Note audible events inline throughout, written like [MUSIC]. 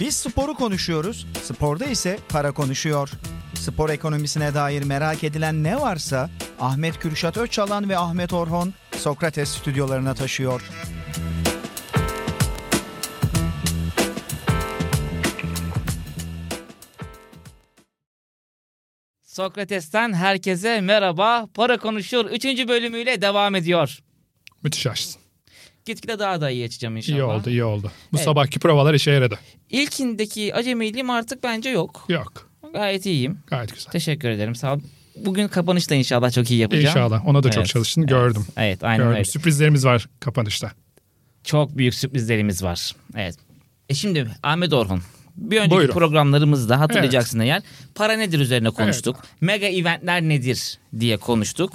Biz sporu konuşuyoruz, sporda ise para konuşuyor. Spor ekonomisine dair merak edilen ne varsa Ahmet Kürşat Öçalan ve Ahmet Orhon Sokrates stüdyolarına taşıyor. Sokrates'ten herkese merhaba. Para konuşur 3. bölümüyle devam ediyor. Müthiş açtın. Gitgide daha da iyi açacağım inşallah. İyi oldu, iyi oldu. Bu Evet. sabahki provalar işe yaradı. İlkindeki acemiliğim artık bence yok. Yok. Gayet iyiyim. Gayet güzel. Teşekkür ederim. Sağ ol. Bugün kapanışla inşallah çok iyi yapacağım. İnşallah. Ona da çok Evet, çalıştın. evet, Gördüm. Evet, aynen Gördüm. öyle. Sürprizlerimiz var kapanışta. Çok büyük sürprizlerimiz var. Evet. E şimdi Ahmet Orhun. Bir önceki Buyurun. programlarımızda hatırlayacaksın eğer para nedir üzerine konuştuk. Mega eventler nedir diye konuştuk.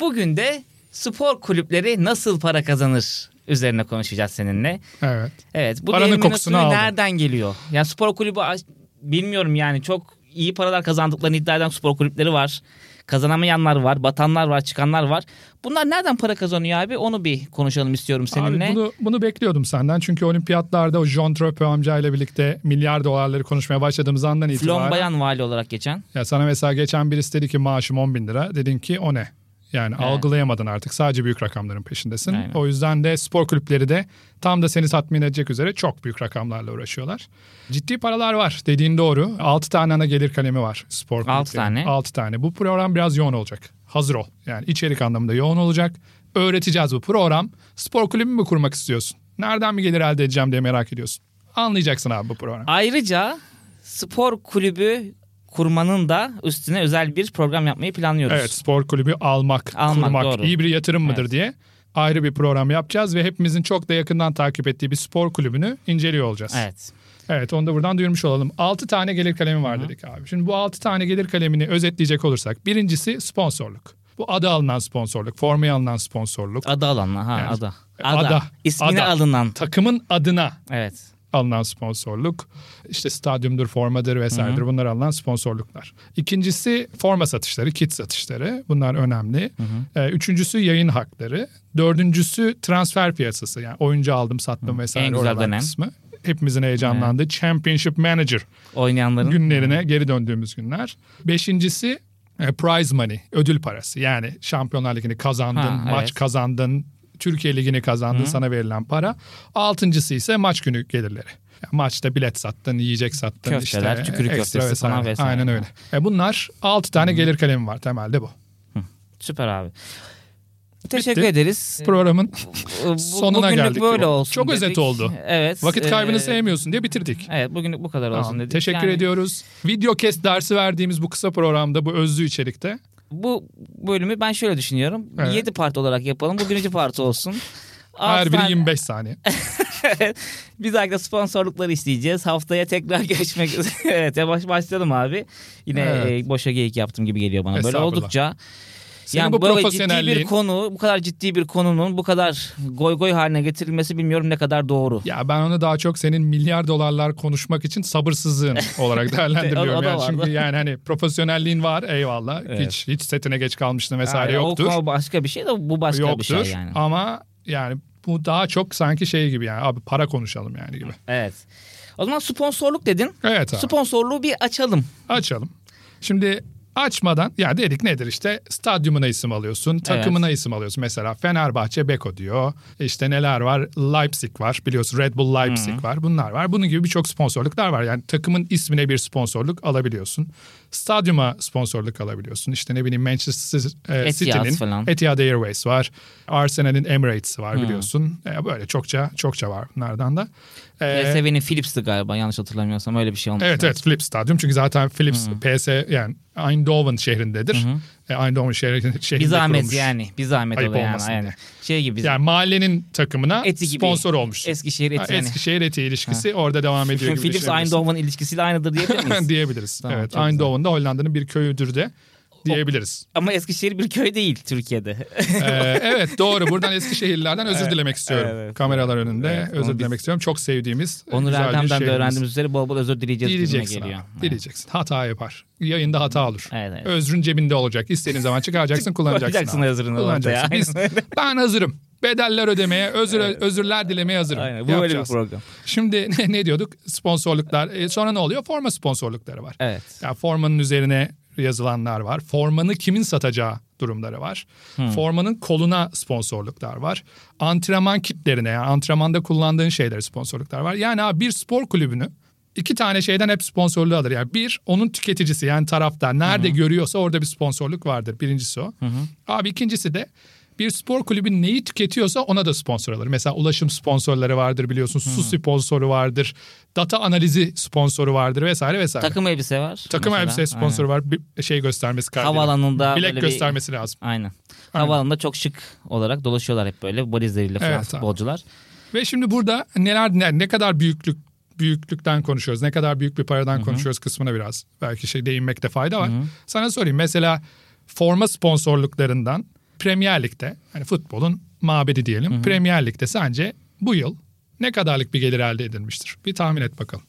Bugün de spor kulüpleri nasıl para kazanır üzerine konuşacağız seninle. Evet. Evet bu Paranın dilimin usulü kokusunu aldım. nereden geliyor? Ya spor kulübü aç- bilmiyorum yani çok iyi paralar kazandıklarını iddia eden spor kulüpleri var. Kazanamayanlar var, batanlar var, çıkanlar var. Bunlar nereden para kazanıyor abi? Onu bir konuşalım istiyorum seninle. Abi bunu, bunu bekliyordum senden. Çünkü olimpiyatlarda o Jean Trope amcayla birlikte milyar dolarları konuşmaya başladığımız andan itibaren. Flombayan vali olarak geçen. Ya sana mesela geçen birisi dedi ki maaşım 10 bin lira. Dedin ki o ne? Yani algılayamadın artık. Sadece büyük rakamların peşindesin. Aynen. O yüzden de spor kulüpleri de tam da seni tatmin edecek üzere çok büyük rakamlarla uğraşıyorlar. Ciddi paralar var. Dediğin doğru. 6 tane ana gelir kalemi var spor kulüpleri. tane. 6 tane. Bu program biraz yoğun olacak. Hazır ol. Yani içerik anlamında yoğun olacak. Öğreteceğiz bu program. Spor kulübü mü kurmak istiyorsun? Nereden bir gelir elde edeceğim diye merak ediyorsun. Anlayacaksın abi bu program. Ayrıca spor kulübü kurmanın da üstüne özel bir program yapmayı planlıyoruz. Evet spor kulübü almak, Almak, kurmak doğru. iyi bir yatırım mıdır Evet. diye ayrı bir program yapacağız ve hepimizin çok da yakından takip ettiği bir spor kulübünü inceliyor olacağız. Evet. Evet, onu da buradan duyurmuş olalım. 6 tane gelir kalemi var dedik abi. Şimdi bu 6 tane gelir kalemini özetleyecek olursak birincisi sponsorluk. Bu adı alınan sponsorluk, formaya alınan sponsorluk, Ada alanla ha Evet. ada. Ada. İsmini Ada. alınan. takımın adına Evet. alınan sponsorluk. İşte stadyumdur, formadır vesairedir bunlar alınan sponsorluklar. İkincisi forma satışları, kit satışları. Bunlar önemli. Ee, Üçüncüsü yayın hakları. Dördüncüsü transfer piyasası. Yani oyuncu aldım, sattım vesaire. En güzel oralar dönem. Kısmı. Hepimizin heyecanlandığı Championship Manager Oynayanların. günlerine geri döndüğümüz günler. Beşincisi e, prize money, ödül parası. Yani Şampiyonlar Ligi'ni kazandın, Ha, maç evet. kazandın, Türkiye Ligi'ni kazandın sana verilen para. Altıncısı ise maç günü gelirleri. Yani Maçta bilet sattın, yiyecek sattın. Köfteler, işte, tükürük ekstra köftesi falan vesaire. Aynen öyle. E bunlar altı tane gelir kalemi var temelde bu. Süper abi. Teşekkür Bitti. ederiz. [LAUGHS] Programın Bu- Sonuna bugünlük geldik böyle bu. olsun. Çok dedik. özet oldu. Evet. vakit kaybını e, sevmiyorsun diye bitirdik. Evet bugünlük bu kadar olsun Tamam, dedik. Teşekkür Yani ediyoruz. Video kes dersi verdiğimiz bu kısa programda bu özlü içerikte Bu bölümü ben şöyle düşünüyorum. Evet. 7 part olarak yapalım. Bu birinci part olsun. her biri Altı [LAUGHS] 25 saniye. Bir dakika sponsorlukları isteyeceğiz. Haftaya tekrar [LAUGHS] görüşmek üzere. evet yavaş başlayalım abi. Yine Evet. e, boşa geyik yaptım gibi geliyor bana. Böyle Estağfurullah. oldukça. Senin yani bu böyle ciddi bir profesyonelliğin- konu, bu kadar ciddi bir konunun bu kadar goy goy haline getirilmesi bilmiyorum ne kadar doğru. Ya ben onu daha çok senin milyar dolarlar konuşmak [LAUGHS] için sabırsızlığın olarak O- o değerlendiriyorum. da yani var. çünkü yani hani profesyonelliğin var eyvallah. Evet. Hiç hiç setine geç kalmıştın vesaire Yani o yoktur. konu başka bir şey de bu başka yoktur. bir şey yani. Ama yani bu daha çok sanki şey gibi yani abi para konuşalım yani gibi. Evet. O zaman sponsorluk dedin. Evet abi Sponsorluğu bir açalım. açalım. Şimdi açmadan ya dedik nedir işte stadyumuna isim alıyorsun, takımına isim alıyorsun. Mesela Fenerbahçe Beko diyor. İşte neler var? Leipzig var. Biliyorsun Red Bull Leipzig var. Bunlar var. Bunun gibi birçok sponsorluklar var. Yani takımın ismine bir sponsorluk alabiliyorsun. Stadyuma sponsorluk alabiliyorsun. İşte ne bileyim Manchester e, Etihad City'nin falan. Etihad Airways var. Arsenal'in Emirates var biliyorsun. E, böyle çokça çokça var bunlardan da. E, PSV'nin Philips'ti Ee, galiba yanlış hatırlamıyorsam öyle bir şey olmuş. Evet evet Philips Stadyum çünkü zaten Philips PS yani Eindhoven şehrindedir. E, Eindhoven şehri- [LAUGHS] şehrinde Bir zahmet kurulmuş. yani. Bir zahmet Ayıp o da yani. olmasın Aynen. diye. Şey gibi. Yani mahallenin takımına Eti gibi. sponsor olmuş. Eskişehir eti yani. Eskişehir Eti ilişkisi orada devam ediyor [LAUGHS] gibi Philips düşünebilirsin. [LAUGHS] Eindhoven ilişkisiyle aynıdır diyebilir miyiz? diyebiliriz. Tamam, evet çok güzel. Eindhoven'da Hollanda'nın bir köyüdür de. [LAUGHS] diyebiliriz. Ama Eskişehir bir köy değil Türkiye'de. Ee, evet doğru. Buradan Eskişehirlilerden özür dilemek istiyorum. evet. Kameralar önünde Evet, onu özür biz- dilemek istiyorum. Çok sevdiğimiz Onur güzel bir Erdem'den de şehrimiz. öğrendiğimiz üzere bol bol özür dileyeceğiz gibime Dileyeceksin geliyor. abi. Dileyeceksin. Hata yapar. Yayında hata olur. Evet, evet. Özrün cebinde olacak. İstediğin [LAUGHS] zaman çıkaracaksın kullanacaksın. Koyacaksın abi. hazırını Kullanacaksın. ortaya. Biz, Aynen öyle. ben hazırım. Bedeller ödemeye, özür özürler dilemeye hazırım. Aynen. Bu böyle bir Yapacağız. program. Şimdi ne, ne diyorduk? Sponsorluklar. E, sonra ne oluyor? Forma sponsorlukları var. Evet. Ya formanın üzerine yazılanlar var. Formanı kimin satacağı durumları var. Formanın koluna sponsorluklar var. Antrenman kitlerine, yani antrenmanda kullandığın şeylere sponsorluklar var. Yani abi bir spor kulübünü iki tane şeyden hep sponsorluğu alır. Yani bir onun tüketicisi yani taraftar nerede görüyorsa orada bir sponsorluk vardır. Birincisi o. Abi ikincisi de bir spor kulübü neyi tüketiyorsa ona da sponsor alır. Mesela ulaşım sponsorları vardır biliyorsun. Su sponsoru vardır. Data analizi sponsoru vardır vesaire vesaire. Takım elbise var. Takım mesela. elbise sponsoru var. Bir şey göstermesi kaydıyla. Havalanında Bilek böyle bir- göstermesi lazım. Aynen. Aynen. Havalanında çok şık olarak dolaşıyorlar hep böyle valizleriyle falan Evet, tamam. futbolcular. Ve şimdi burada neler ne, ne kadar büyüklük büyüklükten konuşuyoruz. Ne kadar büyük bir paradan konuşuyoruz kısmına biraz. Belki şey değinmekte fayda var. Sana sorayım. Mesela forma sponsorluklarından Premier Lig'de hani futbolun mabedi diyelim. Premier Lig'de sence bu yıl ne kadarlık bir gelir elde edilmiştir? Bir tahmin et bakalım.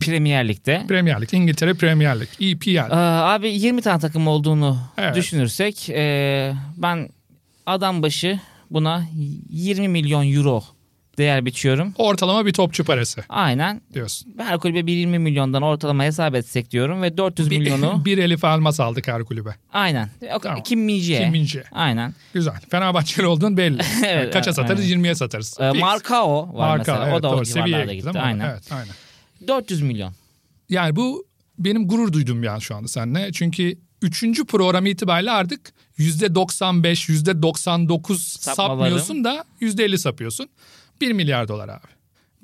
Premier Lig'de. Premier Lig, İngiltere Premier Lig, E EPL. Ee, abi 20 tane takım olduğunu Evet. düşünürsek ee, ben adam başı buna 20 milyon euro değer biçiyorum. Ortalama bir topçu parası Aynen. diyorsun. Her kulübe bir 20 milyondan ortalama hesap etsek diyorum ve 400 milyonu [LAUGHS] bir Elif Almas aldık her kulübe. aynen. Tamam. Kim Minje. Kim Min-jae. Aynen. Güzel. Fenerbahçeli [LAUGHS] olduğun belli. Hani Evet, Kaça satarız? aynen. 20'ye satarız. Ee, Fix. Markao var Marka, mesela. evet, o da o doğru. Sevilla'ya civarlarda gitti. ama Aynen. Evet, aynen. 400 milyon. Yani bu benim gurur duydum yani şu anda seninle. Çünkü 3. programı itibariyle artık %95, Sapmalarım. %99 sapmıyorsun da %50 sapıyorsun. 1 milyar dolar abi.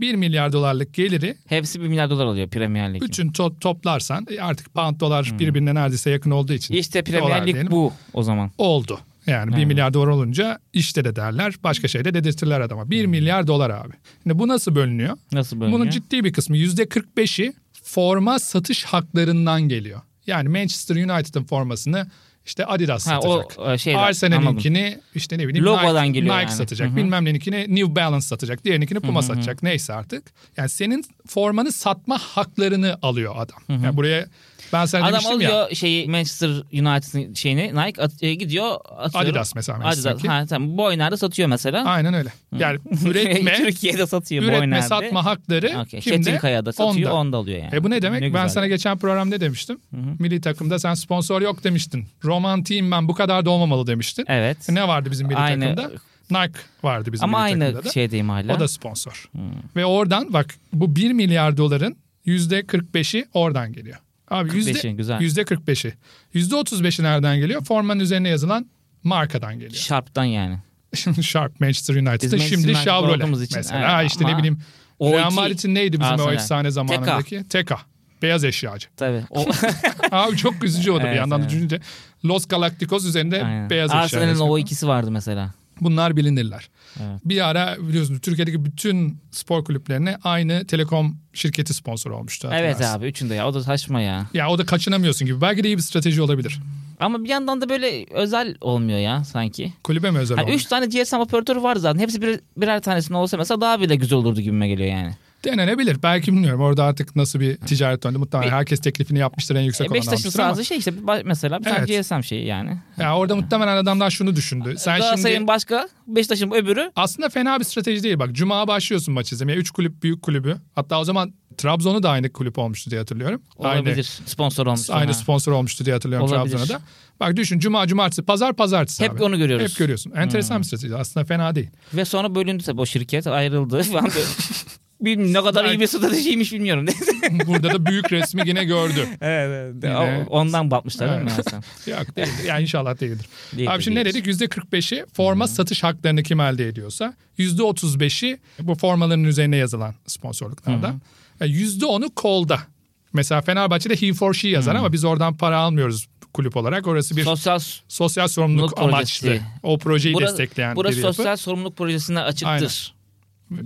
1 milyar dolarlık geliri Hepsi 1 milyar dolar oluyor Premier Lig'in. bütün to- toplarsan e, artık pound dolar birbirine neredeyse yakın olduğu için. Hmm. İşte dolar Premier Lig diyelim, bu o zaman. Oldu. Yani 1 milyar dolar olunca işte de derler başka şey de dedirtirler adama. Hmm. 1 milyar dolar abi. Şimdi bu nasıl bölünüyor? Nasıl bölünüyor? Bunun ciddi bir kısmı %45'i forma satış haklarından geliyor. Yani Manchester United'ın formasını işte Adidas Ha, o, satacak. e, şeyler, Arsenal'inkini işte ne bileyim Logodan Nike, geliyor Nike yani. satacak. Hı hı. Bilmem neninkini New Balance satacak. Diğerininkini Puma satacak. Neyse artık. Yani senin formanı satma haklarını alıyor adam. Yani buraya ben sana Adam demiştim alıyor ya. şeyi Manchester United'ın şeyini Nike at- e, gidiyor atıyorum. Adidas mesela Adidas. Manchester'daki. Ha, tamam. Boyner'de satıyor mesela. Aynen öyle. Yani üretme [LAUGHS] Türkiye'de satıyor üretme Boyner'de. satma hakları Okay. kimde? Çetinkaya'da satıyor Onda. onda alıyor yani. E bu ne demek? ben güzel. sana geçen program ne demiştim? Milli takımda sen sponsor yok demiştin. Romantiyim ben bu kadar da olmamalı demiştin. Evet. Ne vardı bizim milli Aynı- takımda? Nike vardı bizim Ama milli aynı takımda da. şeydeyim hala. O da sponsor. Ve oradan bak bu 1 milyar doların %45'i oradan geliyor. Abi yüzde, 45'i, güzel. %45'i. %35'i nereden geliyor? Formanın üzerine yazılan markadan geliyor. Sharp'tan yani. Şimdi [LAUGHS] Sharp Manchester Biz United'da Manchester şimdi United olduğumuz Chevrolet için, mesela. evet, Ha işte ne ama bileyim o Real iki- Madrid'in neydi bizim o Arsenal. efsane zamanındaki? Teka. Beyaz eşyacı. Tabii. [LAUGHS] O, Abi çok üzücü oldu bir Evet, yandan da evet. düşününce. Los Galacticos üzerinde aynen. beyaz eşya. Arsenal'in resmi. o ikisi vardı mesela. Bunlar bilinirler. Evet. Bir ara biliyorsunuz Türkiye'deki bütün spor kulüplerine aynı telekom şirketi sponsor olmuştu. Evet hatırlarsın. abi üçünde ya o da saçma ya. Ya o da kaçınamıyorsun gibi. Belki de iyi bir strateji olabilir. Ama bir yandan da böyle özel olmuyor ya sanki. Kulübe mi özel Hani olmuş? üç tane GSM operatörü var zaten. Hepsi bir, birer tanesinin olsa mesela daha bile güzel olurdu gibime geliyor yani. E, Denenebilir. Belki bilmiyorum. Orada artık nasıl bir ticaret döndü. Muhtemelen herkes teklifini yapmıştır. En yüksek E, olanı Beşiktaş'ın almıştır ama. sahası şey işte ba- mesela bir tane GSM şeyi yani. Ya orada muhtemelen adamlar şunu düşündü. Sen Galatasaray'ın şimdi başka, Beşiktaş'ın öbürü. aslında fena bir strateji değil. Bak Cuma başlıyorsun maç izlemeye. Üç kulüp büyük kulübü. Hatta o zaman Trabzon'u da aynı kulüp olmuştu diye hatırlıyorum. Aynı Olabilir. Sponsor olmuş. Aynı Ha. sponsor olmuştu diye hatırlıyorum Olabilir. Trabzon'a da. Bak düşün cuma cumartesi pazar pazartesi Hep abi. onu görüyoruz. Hmm. Hep görüyorsun. Enteresan bir strateji aslında fena değil. [LAUGHS] Ve sonra bölündü tabii o şirket ayrıldı [LAUGHS] falan. böyle. Bilmiyorum ne kadar iyi bir stratejiymiş bilmiyorum. [LAUGHS] Burada da büyük resmi yine gördü. evet, Yine- Ondan batmışlar değil mi? Evet. Hasan? Yok değil. Yani inşallah değildir. Değildir, abi şimdi ne değildir. dedik? %45'i forma satış haklarını kim elde ediyorsa. %35'i bu formaların üzerine yazılan sponsorluklardan. Yani %10'u kolda. Mesela Fenerbahçe'de he for she yazar ama biz oradan para almıyoruz kulüp olarak. Orası bir Sosyal sosyal sorumluluk Sorumluluk projesi. amaçlı. O projeyi Bura- destekleyen burası bir yapı. sosyal sorumluluk projesine açıktır.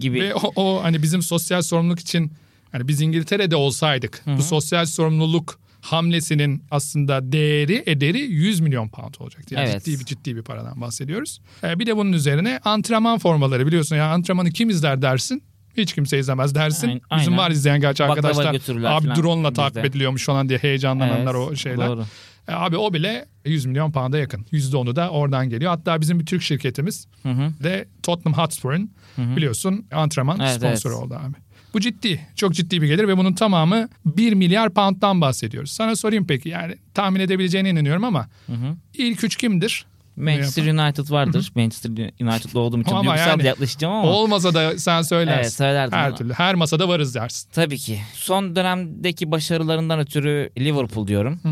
Gibi. Ve o, o hani bizim sosyal sorumluluk için hani biz İngiltere'de olsaydık bu sosyal sorumluluk hamlesinin aslında değeri ederi 100 milyon pound olacaktı. Yani Evet. ciddi bir ciddi bir paradan bahsediyoruz. Ee, bir de bunun üzerine antrenman formaları biliyorsun ya antrenmanı kim izler dersin? Hiç kimse izlemez dersin. Aynen, Bizim aynen. var izleyen gerçi Baklava arkadaşlar. götürürler Abi falan drone'la bizde. takip ediliyormuş falan diye heyecanlananlar Evet, o şeyler. Doğru. E, Abi o bile 100 milyon pound'a yakın. %10'u da oradan geliyor. Hatta bizim bir Türk şirketimiz Hı hı. de Tottenham Hotspur'un biliyorsun antrenman Evet, sponsoru evet. oldu abi. Bu ciddi. Çok ciddi bir gelir ve bunun tamamı 1 milyar pound'dan bahsediyoruz. Sana sorayım peki yani tahmin edebileceğine inanıyorum ama hı. ilk üç kimdir? Manchester United vardır. Manchester United'lı olduğum için Ama duygusal yani- yaklaşacağım ama. Olmasa da sen söylersin. Evet, söylerdim Her ama. türlü. Her masada varız dersin. Tabii ki. Son dönemdeki başarılarından ötürü Liverpool diyorum. hı.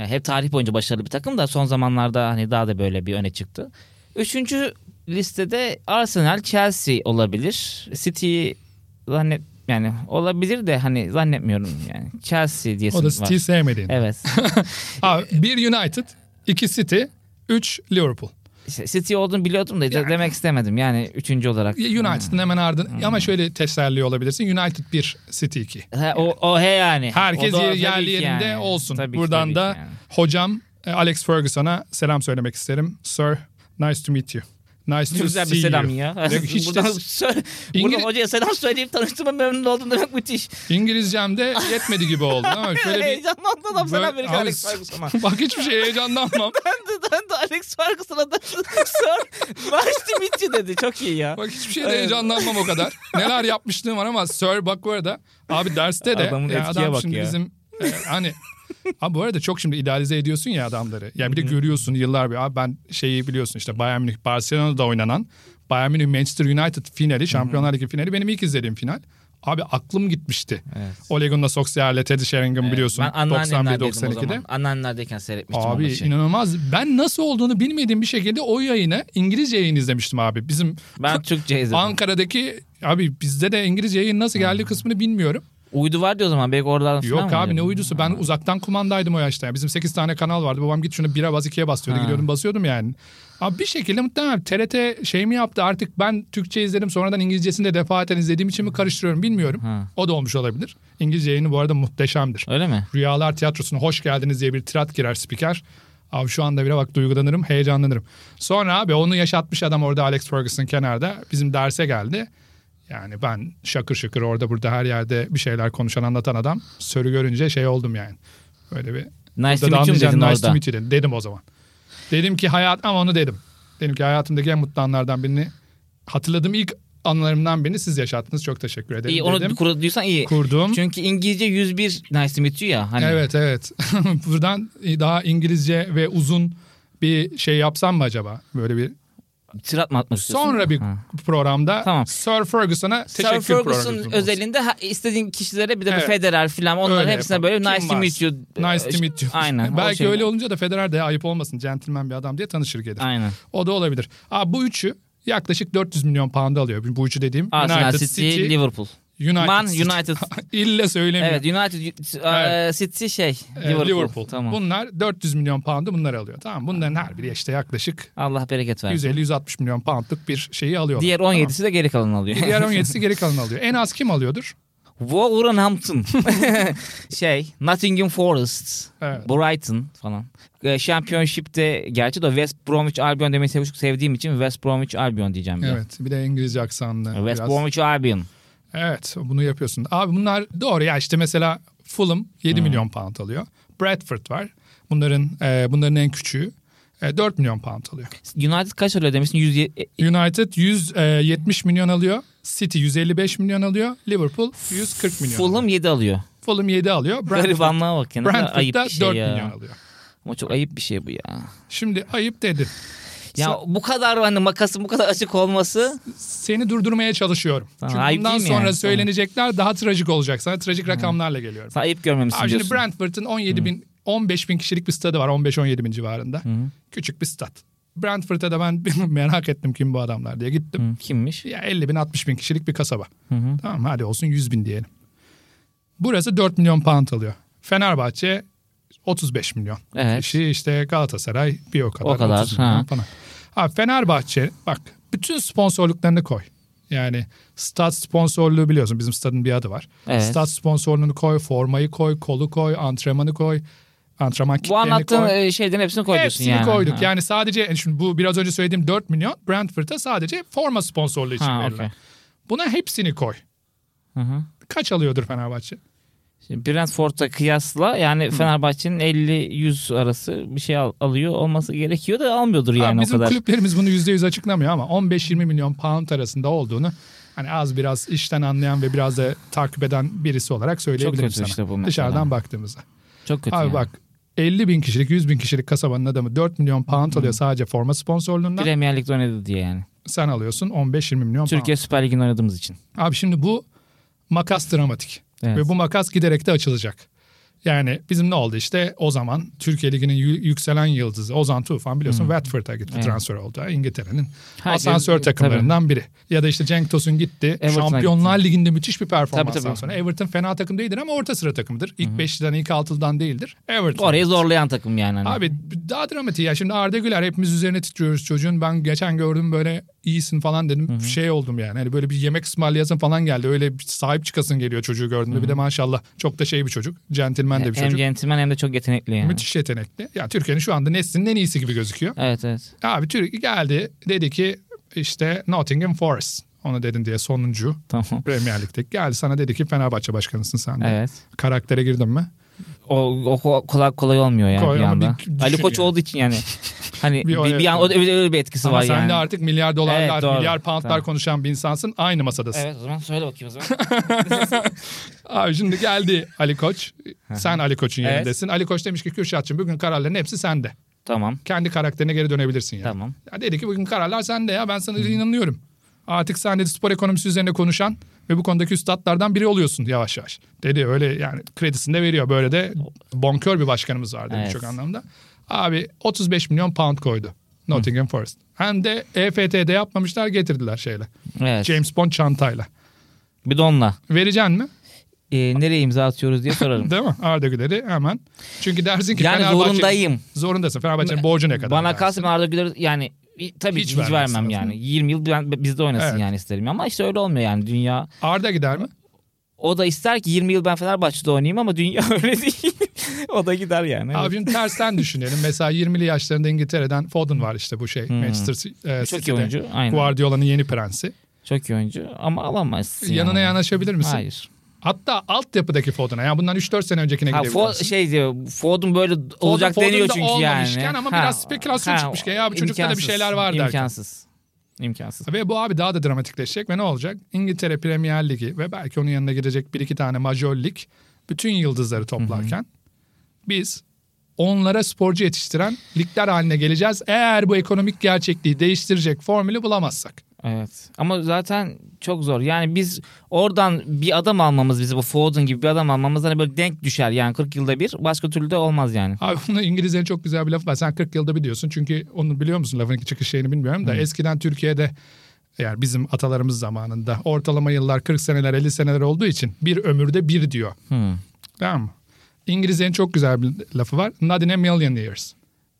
Ya hep tarih boyunca başarılı bir takım da son zamanlarda hani daha da böyle bir öne çıktı. Üçüncü listede Arsenal, Chelsea olabilir. City zannet yani olabilir de hani zannetmiyorum yani. Chelsea diye O da City'yi sevmediğin. Evet. Abi, bir United, iki City, üç Liverpool. İşte City olduğunu biliyordum da demek istemedim. Yani üçüncü olarak. Hmm. United'ın hemen ardın ama şöyle teselli olabilirsin. United 1, City 2. Ha, o, o he yani. Herkes O da yer- tabii yerli ki yerinde yani. olsun. Tabii ki, Buradan tabii da ki hocam e, Alex Ferguson'a selam söylemek isterim. Sir, nice to meet you. Nice Ne to güzel see bir selam [LAUGHS] you. ya. Yok, hiç buradan, de- söyle, İngiliz- buradan hocaya selam söyleyip tanıştığıma memnun oldum demek müthiş. İngilizcem de yetmedi gibi oldu ama [LAUGHS] şöyle bir... Heyecanlandı adam selam Böyle- verirken Abi, Alex Ferguson'a. Bak hiçbir şey heyecanlanmam. döndü döndü Alex Ferguson'a da [LAUGHS] sor. Maçtı bitti dedi. Çok iyi ya. Bak hiçbir şeyde heyecanlanmam o kadar. Neler yapmışlığım var ama Sir bak bu arada. Abi derste de. Adamın ya etkiye adam bak şimdi ya. bizim e, hani Abi bu arada çok şimdi idealize ediyorsun ya adamları. Ya bir de görüyorsun yıllar bir. Abi ben şeyi biliyorsun işte Bayern Münih Barcelona'da oynanan Bayern Münih Manchester United finali, Şampiyonlar Ligi finali benim ilk izlediğim final. Abi aklım gitmişti. Evet. Ole Gunnar Solskjaer'le Teddy Sheringham biliyorsun Ben anneannemlerdeydim o 91-92'de. zaman. Anneannemlerdeyken seyretmiştim şey. o Abi maçı. inanılmaz. Ben nasıl olduğunu bilmediğim bir şekilde o yayını İngilizce yayın izlemiştim abi. Bizim ben Türkçe izledim. Ankara'daki abi bizde de İngilizce yayın nasıl Hmm. geldi kısmını bilmiyorum. Uydu var diyor o zaman. Belki oradan falan Yok mı abi ne acaba? uydusu ben uzaktan kumandaydım o yaşta. ya. Bizim 8 tane kanal vardı. Babam git şunu 1'e bas 2'ye bas diyordu. Ha. Gidiyordum basıyordum yani. Abi bir şekilde muhtemelen TRT şey mi yaptı artık ben Türkçe izledim sonradan İngilizcesini de defaten izlediğim için mi karıştırıyorum bilmiyorum. Ha. O da olmuş olabilir. İngilizce yayını bu arada muhteşemdir. Öyle mi? Rüyalar Tiyatrosu'na hoş geldiniz diye bir tirat girer spiker. Abi şu anda bile bak duygulanırım, heyecanlanırım. Sonra abi onu yaşatmış adam orada Alex Ferguson kenarda bizim derse geldi. Yani ben şakır şakır orada burada her yerde bir şeyler konuşan anlatan adam. Sörü görünce şey oldum yani. Böyle bir... Nice to Burada da meet you anlayacaksın, dedin nice to orada. meet you dedin. Dedim o zaman. Dedim ki hayat ama onu dedim. Dedim ki hayatımdaki en mutlu anlardan birini hatırladığım ilk anlarımdan birini siz yaşattınız. Çok teşekkür ederim İyi, onu dedim. bir kurduysan iyi. Kurdum. Çünkü İngilizce 101 nice to meet you ya. Hani Evet evet. [LAUGHS] Buradan daha İngilizce ve uzun bir şey yapsam mı acaba? Böyle bir Tirat mı atmak istiyorsun? sonra bir Ha. programda Tamam. Sir Ferguson'a teşekkür Sir programı Ferguson yapalım. özelinde ha- istediğin kişilere bir de bir Evet. Federer falan onların Öyle hepsine yapalım. böyle Kim nice to varsa. meet you. Nice to meet you. Aynen. o [LAUGHS] Belki şeyler. öyle olunca da Federer de ayıp olmasın. Centilmen bir adam diye tanışır gelir. Aynen. O da olabilir. Aa, bu üçü yaklaşık 400 milyon pound alıyor. Bu üçü dediğim Arsenal United City, City, Liverpool. United Man City. United. [LAUGHS] İlle söylemiyor. evet United Evet. e, City şey Ee, Liverpool. Liverpool. Tamam. Bunlar 400 milyon pound'u bunlar alıyor. Tamam bunların her biri işte yaklaşık Allah bereket versin. 150-160 milyon poundlık bir şeyi alıyor. Diğer 17'si de geri kalan alıyor. Diğer 17'si geri kalan alıyor. En az kim alıyordur? [LAUGHS] Wolverhampton. [LAUGHS] şey Nottingham Forest. Evet. Brighton falan. E, Championship'te gerçi de West Bromwich Albion demeyi sev- sevdiğim için West Bromwich Albion diyeceğim. ya. Evet bir de İngilizce aksanlı. West biraz. Bromwich Albion. Evet bunu yapıyorsun. Abi bunlar doğru ya işte mesela Fulham 7 Hmm. milyon pound alıyor. Bradford var. Bunların e, bunların en küçüğü. E, 4 milyon pound alıyor. United kaç alıyor demişsin? 100 United 170 milyon alıyor. City 155 milyon alıyor. Liverpool 140 milyon. Fulham alıyor. 7 alıyor. Fulham 7 alıyor. Brentford, Garibanlığa bak ya. Ne kadar ayıp Brentford bir da şey 4 ya. milyon alıyor. Ama çok ayıp bir şey bu ya. Şimdi ayıp dedi. Ya bu kadar hani makasın bu kadar açık olması. Seni durdurmaya çalışıyorum. Tamam, ayıp Çünkü bundan değil mi sonra yani? söylenecekler daha trajik olacak. Sana trajik rakamlarla geliyorum. Sen ayıp görmemişsin Abi şimdi diyorsun. Brentford'ın 17 bin, 15 bin kişilik bir stadı var. 15-17 bin civarında. Küçük bir stad. Brentford'a da ben [LAUGHS] merak ettim kim bu adamlar diye gittim. Hı, Kimmiş? Ya 50 bin 60 bin kişilik bir kasaba. hı. Tamam mı? hadi olsun 100 bin diyelim. Burası 4 milyon pound alıyor. Fenerbahçe 35 milyon. Evet. Kişi işte Galatasaray bir o kadar. O kadar, 30 milyon ha. falan. Abi Fenerbahçe bak bütün sponsorluklarını koy. Yani stat sponsorluğu biliyorsun bizim stadın bir adı var. Evet. Stat sponsorluğunu koy, formayı koy, kolu koy, antrenmanı koy, antrenman Bu kitlerini anlattığın koy. e, şeylerin hepsini koy diyorsun Hepsini yani. koyduk. Ha. Yani sadece e, şimdi bu biraz önce söylediğim 4 milyon Brentford'a sadece forma sponsorluğu için Ha, verilen. okey. Buna hepsini koy. Hı hı. Kaç alıyordur Fenerbahçe? Şimdi Brentford'a kıyasla yani Fenerbahçe'nin 50-100 arası bir şey al- alıyor olması gerekiyor da almıyordur yani Abi o bizim kadar. kulüplerimiz bunu %100 açıklamıyor ama 15-20 milyon pound arasında olduğunu hani az biraz işten anlayan ve biraz da takip eden birisi olarak söyleyebilirim kötü sana. işte bu mesela. Dışarıdan baktığımızda. Çok kötü. Abi yani. bak 50 bin kişilik 100 bin kişilik kasabanın adamı 4 milyon pound alıyor sadece forma sponsorluğundan. Premier Lig'de oynadı diye yani. Sen alıyorsun 15-20 milyon Türkiye Süper Ligi'nde oynadığımız için. pound. Abi şimdi bu makas dramatik. Evet. Ve bu makas giderek de açılacak. Yani bizim ne oldu işte o zaman Türkiye Ligi'nin yü- yükselen yıldızı Ozan Tufan biliyorsun Watford'a gitti Evet. transfer oldu. İngiltere'nin Herkes- asansör takımlarından biri. Ya da işte Cenk Tosun gitti. Everton'a Şampiyonlar Ligi'nde müthiş bir performanstan Tabii, tabii. sonra. Everton fena takım değildir ama orta sıra takımıdır. İlk 5'liden ilk 6'dan değildir. Everton. Orayı zorlayan takım yani. Hani. Abi daha dramatik ya. Şimdi Arda Güler hepimiz üzerine titriyoruz çocuğun. Ben geçen gördüm böyle iyisin falan dedim. Şey oldum yani. Hani böyle bir yemek ısmarlayasın falan geldi. Öyle bir sahip çıkasın geliyor çocuğu gördüğümde. Bir de maşallah çok da şey bir çocuk. Centilmen de bir hem çocuk. centilmen hem de çok yetenekli E, yani. Müthiş yetenekli. Ya Türkiye'nin şu anda neslinin en iyisi gibi gözüküyor. Evet evet. Abi Türkiye geldi dedi ki işte Nottingham Forest. Onu dedin diye sonuncu Tamam. Premier Lig'de. Geldi sana dedi ki Fenerbahçe başkanısın sen de. Evet. Karaktere girdin mi? O, o ko- kolay kolay olmuyor yani Kolay bir ama anda. bir düşün Ali Koç yani. olduğu [LAUGHS] için yani. Hani Bir bir, bir, oraya- an öyle, öyle bir etkisi Ama var sen yani. de artık milyar dolarlar, Evet, doğru. milyar poundlar Tamam. konuşan bir insansın. Aynı masadasın. Evet o zaman söyle bakayım o zaman. Abi şimdi geldi Ali Koç. sen Ali Koç'un Evet. yerindesin. Ali Koç demiş ki Kürşatçım bugün kararların hepsi sende. tamam. Kendi karakterine geri dönebilirsin yani. Tamam. Ya dedi ki bugün kararlar sende ya ben sana inanıyorum. Artık sen dedi spor ekonomisi üzerine konuşan ve bu konudaki üstadlardan biri oluyorsun yavaş yavaş. Dedi öyle yani kredisini de veriyor böyle de bonkör bir başkanımız var dedi Evet. çok anlamda. Abi 35 milyon pound koydu Nottingham Forest. Hem de EFT'de yapmamışlar getirdiler şeyle. Evet. James Bond çantayla. Bir de onunla. Vereceksin mi? Ee, nereye imza atıyoruz [LAUGHS] diye sorarım. Değil mi? Arda Güler'i hemen. Çünkü dersin ki Yani Fenerbahçe- zorundayım. Zorundasın. Fenerbahçe'nin borcu ne kadar? Bana dersin. kalsın Arda Güler yani i- tabii Hiç hiç, vermezsin vermem aslında. yani. 20 yıl ben- bizde oynasın Evet. yani isterim ama işte öyle olmuyor yani dünya. Arda gider mi? O da ister ki 20 yıl ben Fenerbahçe'de oynayayım ama dünya [LAUGHS] öyle değil. o da gider yani. evet. Abim [LAUGHS] tersten düşünelim. Mesela 20'li yaşlarında İngiltere'den Foden var işte bu şey. Manchester e, Hmm. Çok City'de. iyi oyuncu. Aynen. Guardiola'nın yeni prensi. Çok iyi oyuncu ama alamazsın. Yanına yani. yanaşabilir misin? Hayır. Hatta altyapıdaki Foden'a. Yani bundan 3-4 sene öncekine Ha, gidebilirsin. Fo- şey diyor. Ford'un böyle olacak Ford'un deniyor da çünkü olmamışken yani. ama biraz spekülasyon çıkmış ki ya bu çocukta da bir imkansız, şeyler var derken. İmkansız. İmkansız. Ve bu abi daha da dramatikleşecek ve ne olacak? İngiltere Premier Ligi ve belki onun yanına girecek bir iki tane majör lig bütün yıldızları toplarken biz onlara sporcu yetiştiren ligler haline geleceğiz. Eğer bu ekonomik gerçekliği değiştirecek formülü bulamazsak. Evet. Ama zaten çok zor. Yani biz oradan bir adam almamız bizi bu Foden gibi bir adam almamız hani böyle denk düşer yani 40 yılda bir. Başka türlü de olmaz yani. Abi bunu İngilizlerin çok güzel bir lafı var. Sen 40 yılda biliyorsun çünkü onu biliyor musun lafın çıkış şeyini bilmiyorum da eskiden Türkiye'de yani bizim atalarımız zamanında ortalama yıllar 40 seneler 50 seneler olduğu için bir ömürde bir diyor. Hmm. Tamam mı? İngilizlerin çok güzel bir lafı var. Not in a million years.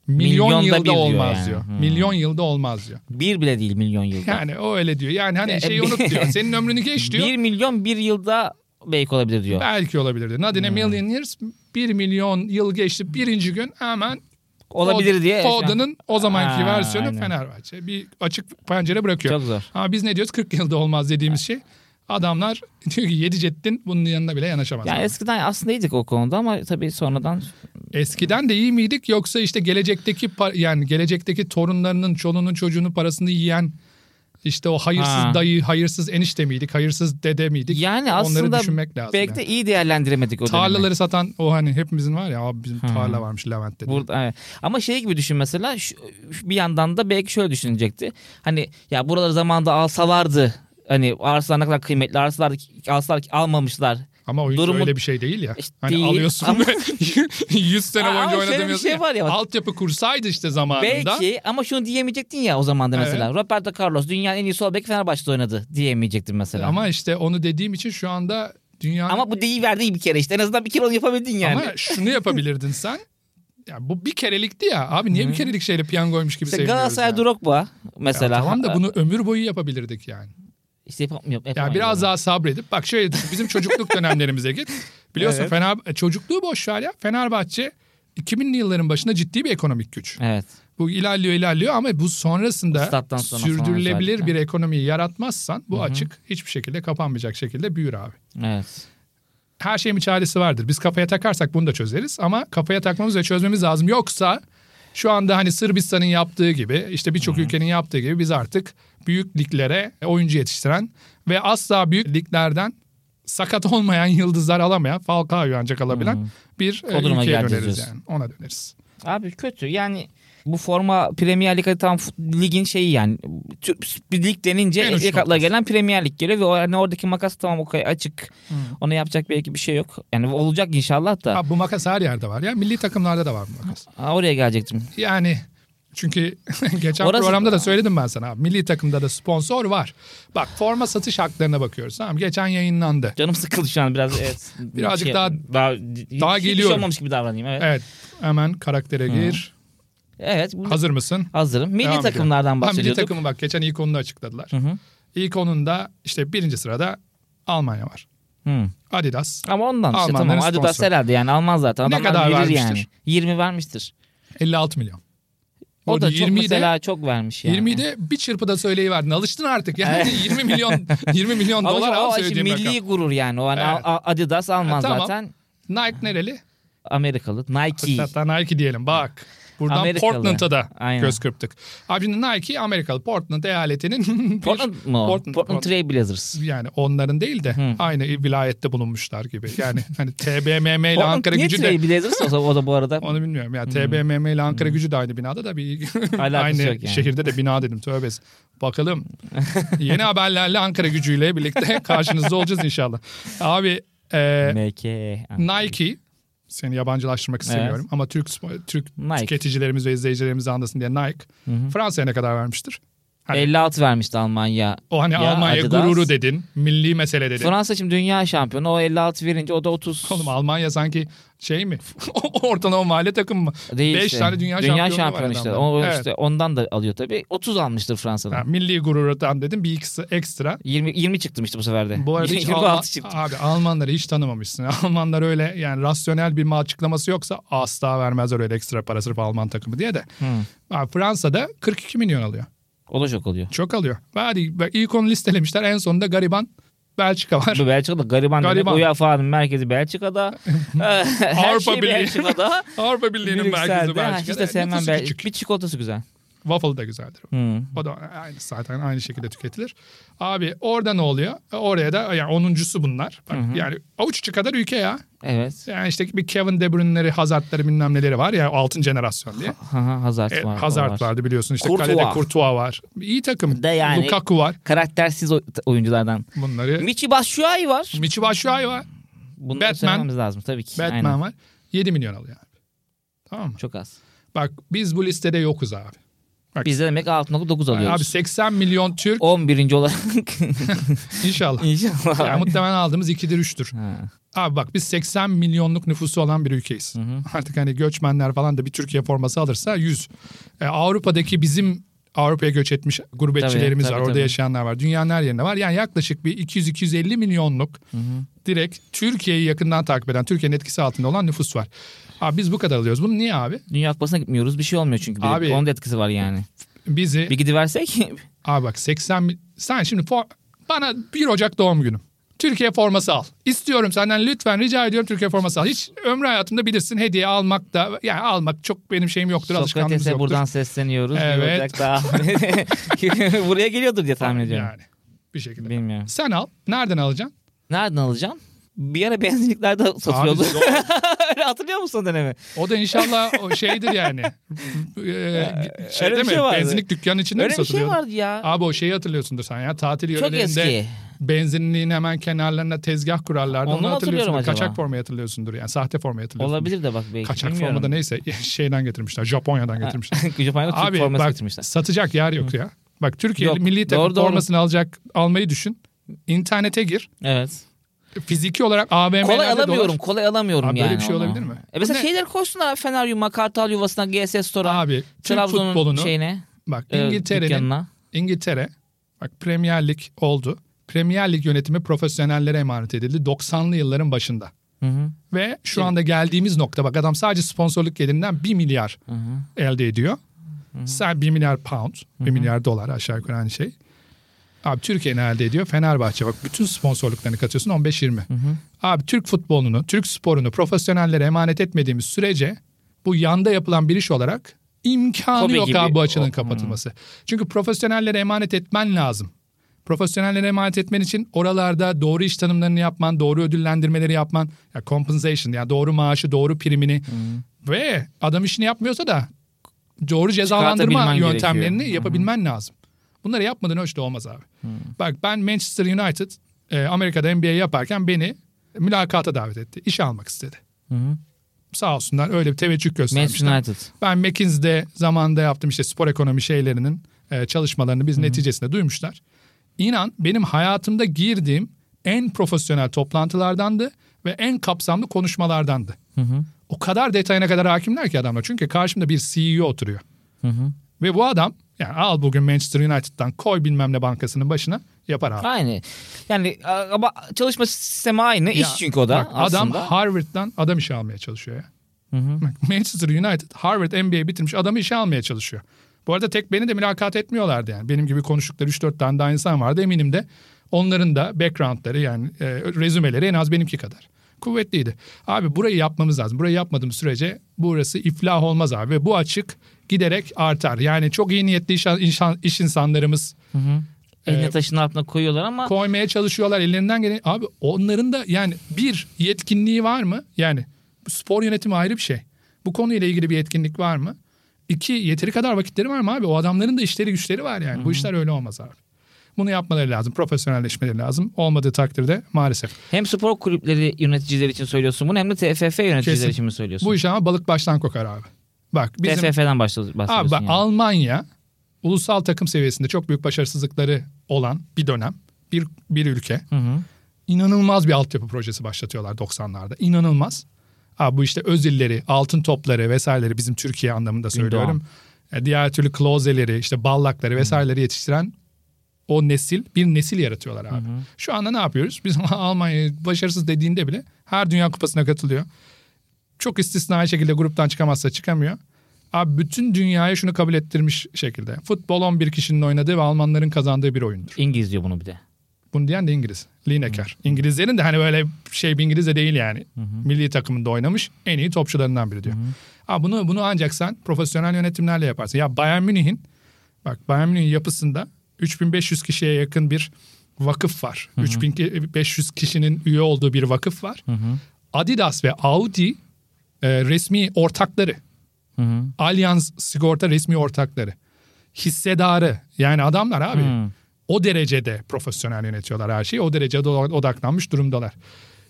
Milyon Milyonda bir yılda diyor olmaz yani. diyor. Hmm. Milyon yılda olmaz diyor. Bir bile değil milyon yılda. Yani o öyle diyor. Yani hani E, şeyi bir- unut [LAUGHS] diyor. Senin ömrünü geç diyor. Bir milyon bir yılda belki olabilir diyor. Belki olabilir diyor. Not in a million years. Bir milyon yıl geçti. Birinci gün hemen olabilir Ford- diye. Ford'un o zamanki Ha, versiyonu aynen. Fenerbahçe. Bir açık pencere bırakıyor. Çok zor. Ama biz ne diyoruz? 40 yılda olmaz dediğimiz şey. Adamlar [LAUGHS] diyor ki Yediceddin bunun yanına bile yanaşamaz. Yani eskiden aslında iyiydik o konuda ama tabii sonradan Eskiden de iyi miydik yoksa işte gelecekteki pa- yani gelecekteki torunlarının, çoluğunun, çocuğunun parasını yiyen işte o hayırsız Ha. dayı, hayırsız enişte miydik, hayırsız dede miydik? yani Onları aslında düşünmek lazım. belki de iyi değerlendiremedik o dönemi. Tarlaları satan o hani hepimizin var ya abi bizim tarla varmış Levent'te. diye. Burada, evet. Ama şey gibi düşün mesela şu- bir yandan da belki şöyle düşünecekti. Hani ya buraları zamanında alsalardı hani arsalar ne kadar kıymetli arsalar, arsalar almamışlar. Ama oyun Durumu- öyle bir şey değil ya. İşte hani değil alıyorsun [LAUGHS] ama- ve 100 sene Ama boyunca şöyle bir oynadığımız şey var ya bak. Altyapı kursaydı işte zamanında. [LAUGHS] Belki ama şunu diyemeyecektin ya o zaman da mesela. Roberto Carlos dünyanın en iyi sol beki Fenerbahçe'de oynadı diyemeyecektin mesela. Ama, Ama işte onu dediğim için şu anda dünyanın bu deyiverdi bir kere işte en azından bir kere onu yapabildin yani. Ama şunu yapabilirdin [LAUGHS] sen. Ya bu bir kerelikti ya. Abi niye bir kerelik şeyle piyangoymuş gibi İşte seviniyoruz Galatasaray yani? Drogba Ya mesela. tamam da bunu ömür boyu yapabilirdik yani. İşte yapam- yok, Ya yapamayız biraz yani. daha sabredip bak şöyle düşün, bizim çocukluk dönemlerimize git. Biliyorsun Evet. Fener çocukluğu boş ver ya. Fenerbahçe 2000'li yılların başında ciddi bir ekonomik güç. Evet. Bu ilerliyor ilerliyor ama bu sonrasında Stat'tan sonra falan sürdürülebilir özellikle. bir ekonomiyi yaratmazsan bu açık hiçbir şekilde kapanmayacak şekilde büyür abi. Evet. Her şeyin bir çaresi vardır. Biz kafaya takarsak bunu da çözeriz ama kafaya takmamız ve çözmemiz lazım. Yoksa şu anda hani Sırbistan'ın yaptığı gibi işte birçok ülkenin yaptığı gibi biz artık büyük liglere oyuncu yetiştiren ve asla büyük liglerden sakat olmayan yıldızlar alamayan Falcao'yu ancak alabilen bir e, O duruma ülkeye geleceğiz döneriz diyorsun. yani. Ona döneriz. Abi kötü yani bu forma Premier Lig'e tam fut- ligin şeyi yani Tür- bir lig denince En uç ilk akla noktası. gelen Premier Lig geliyor ve o, hani oradaki makas tamam o kadar açık. Hmm. Ona yapacak belki bir şey yok. Yani olacak inşallah da. Ha, bu makas her yerde var ya. Milli takımlarda da var bu makas. Aa, oraya gelecektim. Yani çünkü [LAUGHS] geçen Orası- programda da söyledim ben sana abi. Milli takımda da sponsor var. Bak forma satış haklarına bakıyoruz. Tamam geçen yayınlandı. Canım sıkıldı şu an biraz. Evet, [LAUGHS] Şey, Birazcık daha- daha hiç- daha hiçbir şey geliyorum. olmamış gibi davranayım evet. Evet. Evet hemen karaktere gir. bu- Hazır mısın? hazırım. Milli Devam ediyorum. takımlardan Ha, milli bahsediyorduk. takımı bak geçen ilk onunu açıkladılar. Hı hı. İlk onunda işte birinci sırada Almanya var. Hı. Adidas. Hmm. Ama ondan işte Almanların tamam. Adidas sponsoru. herhalde yani almaz zaten. Ne Adamlar kadar verir vermiştir? yani. 20 vermiştir. 56 milyon. O Orada da çok 20'yi de- mesela çok vermiş yani. 20'yi de bir çırpıda söyleyiverdin. Alıştın artık. Yani [LAUGHS] 20 milyon 20 milyon Ama dolar şu- al o söylediğim şimdi milli rakam. gurur yani. O hani Evet. A- A- Adidas almaz E, tamam. zaten. Nike nereli? Amerikalı. Nike. Hatta Nike diyelim bak. Buradan Amerikalı. Portland'a da Aynen. göz kırptık. Abi şimdi Nike Amerikalı Portland eyaletinin [LAUGHS] bir- Portland mı? o? Portland, Trail Blazers. yani onların değil de aynı vilayette bulunmuşlar gibi. [LAUGHS] Yani hani TBMM ile Portland Ankara niye gücü de Trail Blazers olsa o da [LAUGHS] bu arada. onu bilmiyorum. Ya TBMM ile Ankara gücü de aynı binada da bir aynı [LAUGHS] Alakası yok yani. şehirde de bina dedim tövbes. [LAUGHS] Bakalım yeni haberlerle Ankara gücüyle birlikte karşınızda olacağız inşallah. Abi e, MK. Nike seni yabancılaştırmak istemiyorum ama Türk spo- Türk Nike. tüketicilerimiz ve izleyicilerimiz anlasın diye Nike Fransa'ya ne kadar vermiştir? Hani 56 vermişti Almanya. o hani Ya Almanya Adidas. gururu dedin, milli mesele dedin. Fransa şimdi dünya şampiyonu. O 56 verince o da 30 Oğlum Almanya sanki şey mi? [LAUGHS] Ortalama mahalle takım mı? değil. 5 işte. tane dünya, şampiyonu var işte. adamda. O Evet. işte ondan da alıyor tabii. 30 almıştır Fransa'dan. Ha, milli gururdan dedim bir ikisi ekstra. 20 20 çıktım işte bu sefer de. Bu arada [LAUGHS] hiç 26 Alman- çıktı. abi Almanları hiç tanımamışsın. [LAUGHS] Almanlar öyle yani rasyonel bir açıklaması yoksa asla vermezler öyle ekstra para sırf Alman takımı diye de. Abi Fransa'da 42 milyon alıyor. O da çok oluyor. Çok alıyor. Hadi bak ilk onu listelemişler. En sonunda gariban Belçika var. Bu Belçika'da gariban, Gariban. gariban. UEFA'nın [LAUGHS] merkezi Belçika'da. Ee, Her Avrupa şey Birliği. Belçika'da. Avrupa [LAUGHS] Birliği'nin merkezi Brüksel'de. Ha, Belçika'da. Hiç de sevmem Nüfusu Bel- küçük. Bir çikolatası güzel. Waffle da güzeldir. Hı. O da aynı zaten aynı şekilde tüketilir. Abi orada ne oluyor? E, Oraya da yani onuncusu bunlar. Bak, yani avuç içi kadar ülke ya. Evet. Yani işte bir Kevin De Bruyne'leri, Hazard'ları bilmem neleri var ya altın jenerasyon diye. Ha, ha, [LAUGHS] Hazard E, var. o Hazard var. vardı biliyorsun işte Courtois. kalede Courtois var. İyi takım. De yani- Lukaku var. Karaktersiz oy- oyunculardan. Bunları. Michi Batshuayi var. Michi Batshuayi var. Bunları Batman. söylememiz lazım tabii ki. Batman Aynen. var. 7 milyon alıyor abi. Tamam mı? Çok az. Bak biz bu listede yokuz abi. Bizde demek 6.9 Yani abi alıyoruz. 80 milyon Türk 11. olarak [LAUGHS] inşallah. inşallah. Ya muhtemelen aldığımız 2'dir 3'tür. Ha. Abi bak biz 80 milyonluk nüfusu olan bir ülkeyiz. Artık hani göçmenler falan da bir Türkiye forması alırsa 100. E, Avrupa'daki bizim Avrupa'ya göç etmiş gurbetçilerimiz Tabii, var. tabii, Orada tabii. yaşayanlar var. Dünyanın her yerinde var. Yani yaklaşık bir 200-250 milyonluk direkt Türkiye'yi yakından takip eden, Türkiye'nin etkisi altında olan nüfus var. Abi biz bu kadar alıyoruz. Bunu niye abi? Dünya Kupası'na gitmiyoruz. Bir şey olmuyor çünkü. Bir- Abi- Onun da etkisi var yani. Bizi Bir gidiversek [LAUGHS] Abi bak 80 mil- Sen şimdi for- bana 1 Ocak doğum günüm. Türkiye forması al. İstiyorum senden lütfen rica ediyorum Türkiye forması al. Hiç ömrü hayatımda bilirsin hediye almak da yani almak çok benim şeyim yoktur alışkanlığımız Sokrates'e yoktur. buradan sesleniyoruz. Bir Evet. Ocak daha. [LAUGHS] [LAUGHS] Buraya geliyordur diye tahmin ediyorum. Yani bir şekilde. Bilmiyorum. Sen al. Nereden alacaksın? Nereden alacağım? Bir ara benzinliklerde [LAUGHS] satılıyordu. Abi, Öyle hatırlıyor musun o dönemi? o da inşallah o şeydir [LAUGHS] yani. Ee, şey öyle bir mi? şey vardı. Benzinlik dükkanın içinde Öyle mi bir şey satılıyor? vardı ya. Abi o şeyi hatırlıyorsundur sen ya. Tatil Çok yörelerinde eski. benzinliğin hemen kenarlarına tezgah kurarlardı. Onu Onu, mu hatırlıyorum hatırlıyorsundur. acaba? Kaçak formayı hatırlıyorsundur yani. Sahte formayı hatırlıyorsundur. Olabilir de bak belki. Kaçak bilmiyorum. [LAUGHS] formada neyse [LAUGHS] şeyden getirmişler. Japonya'dan getirmişler. Japonya'da [LAUGHS] Türk Abi forması bak getirmişler. satacak yer yok ya. Bak Türkiye Yok, milli takım doğru, doğru. formasını alacak almayı düşün. İnternete gir. Evet. Fiziki olarak AVM'lerde Kolay alamıyorum. dolaş. Kolay alamıyorum Abi yani. böyle bir şey onu. olabilir mi? E mesela Ne? şeyler koysunlar abi, Feneryum'a, Kartal Yuvası'na, GS Store'a, Abi Türk Trabzon'un futbolunu şeyine, bak e, İngiltere'nin dükkanına. İngiltere bak Premier Lig oldu. Premier Lig yönetimi profesyonellere emanet edildi 90'lı yılların başında. Hı hı. Ve şu anda geldiğimiz nokta bak adam sadece sponsorluk gelirinden 1 milyar elde ediyor. Sadece 1 milyar pound, 1 milyar dolar aşağı yukarı aynı şey. Abi Türkiye ne elde ediyor? Fenerbahçe bak bütün sponsorluklarını katıyorsun 15-20. Abi Türk futbolunu, Türk sporunu profesyonellere emanet etmediğimiz sürece bu yanda yapılan bir iş olarak imkanı Kobe yok gibi. abi bu açının O- kapatılması. Çünkü profesyonellere emanet etmen lazım. Profesyonellere emanet etmen için oralarda doğru iş tanımlarını yapman, doğru ödüllendirmeleri yapman, ya compensation yani doğru maaşı, doğru primini ve adam işini yapmıyorsa da doğru cezalandırma Çıkartabilmen yöntemlerini gerekiyor. yapabilmen lazım. Bunları yapmadan ölçüde olmaz abi. Bak ben Manchester United e, Amerika'da NBA yaparken beni mülakata davet etti. İş almak istedi. hı. Sağ olsunlar öyle bir teveccüh Manchester göstermişler. United. Ben McKinsey'de zamanında yaptım işte spor ekonomi şeylerinin e, çalışmalarını biz neticesinde duymuşlar. İnan benim hayatımda girdiğim en profesyonel toplantılardandı ve en kapsamlı konuşmalardandı. O kadar detayına kadar hakimler ki adamlar. Çünkü karşımda bir CEO oturuyor. Ve bu adam yani al bugün Manchester United'dan koy bilmem ne bankasının başına yapar abi. Aynı. Yani a- ama çalışma sistemi aynı. Ya, İş çünkü o da bak, Adam aslında. Harvard'dan adam işe almaya çalışıyor ya. Bak, Manchester United Harvard MBA bitirmiş adamı işe almaya çalışıyor. Bu arada tek beni de mülakat etmiyorlardı yani. Benim gibi konuştukları 3-4 tane daha insan vardı eminim de. Onların da backgroundları yani e, rezümeleri en az benimki kadar. Kuvvetliydi. Abi burayı yapmamız lazım. Burayı yapmadığımız sürece burası iflah olmaz abi. Ve bu açık giderek artar. Yani çok iyi niyetli iş, insan- iş insanlarımız Elini e, taşın altına koyuyorlar ama koymaya çalışıyorlar ellerinden gelen. Abi onların da yani bir yetkinliği var mı? Yani spor yönetimi ayrı bir şey. Bu konuyla ilgili bir yetkinlik var mı? İki yeteri kadar vakitleri var mı abi? O adamların da işleri güçleri var yani. Bu işler öyle olmaz abi. Bunu yapmaları lazım. Profesyonelleşmeleri lazım. Olmadığı takdirde maalesef. hem spor kulüpleri yöneticileri için söylüyorsun bunu hem de TFF yöneticileri Kesin. için mi söylüyorsun? Bu iş ama balık baştan kokar abi. Bak bizim TFF'den bahsediyorsun. Abi bak yani. Almanya ulusal takım seviyesinde çok büyük başarısızlıkları olan bir dönem, bir bir ülke. İnanılmaz bir altyapı projesi başlatıyorlar 90'larda. İnanılmaz. Abi bu işte özilleri, altın topları vesaireleri bizim Türkiye anlamında söylüyorum. E, Diğer türlü klozeleri, işte ballakları vesaireleri yetiştiren o nesil bir nesil yaratıyorlar abi. Şu anda ne yapıyoruz? Biz [LAUGHS] Almanya başarısız dediğinde bile her dünya kupasına katılıyor. Çok istisnai şekilde gruptan çıkamazsa çıkamıyor. Abi bütün dünyaya şunu kabul ettirmiş şekilde. Futbol 11 kişinin oynadığı ve Almanların kazandığı bir oyundur. İngiliz diyor bunu bir de. Bunu diyen de İngiliz. Lineker. İngilizlerin de hani böyle şey bir İngiliz de değil yani. Milli takımında oynamış en iyi topçularından biri diyor. Abi bunu bunu ancak sen profesyonel yönetimlerle yaparsın. Ya Bayern Münih'in bak Bayern Münih'in yapısında 3500 kişiye yakın bir vakıf var. 3500 kişinin üye olduğu bir vakıf var. Adidas ve Audi e, resmi ortakları. Allianz sigorta resmi ortakları. Hissedarı yani adamlar abi o derecede profesyonel yönetiyorlar her şeyi. O derecede o- odaklanmış durumdalar.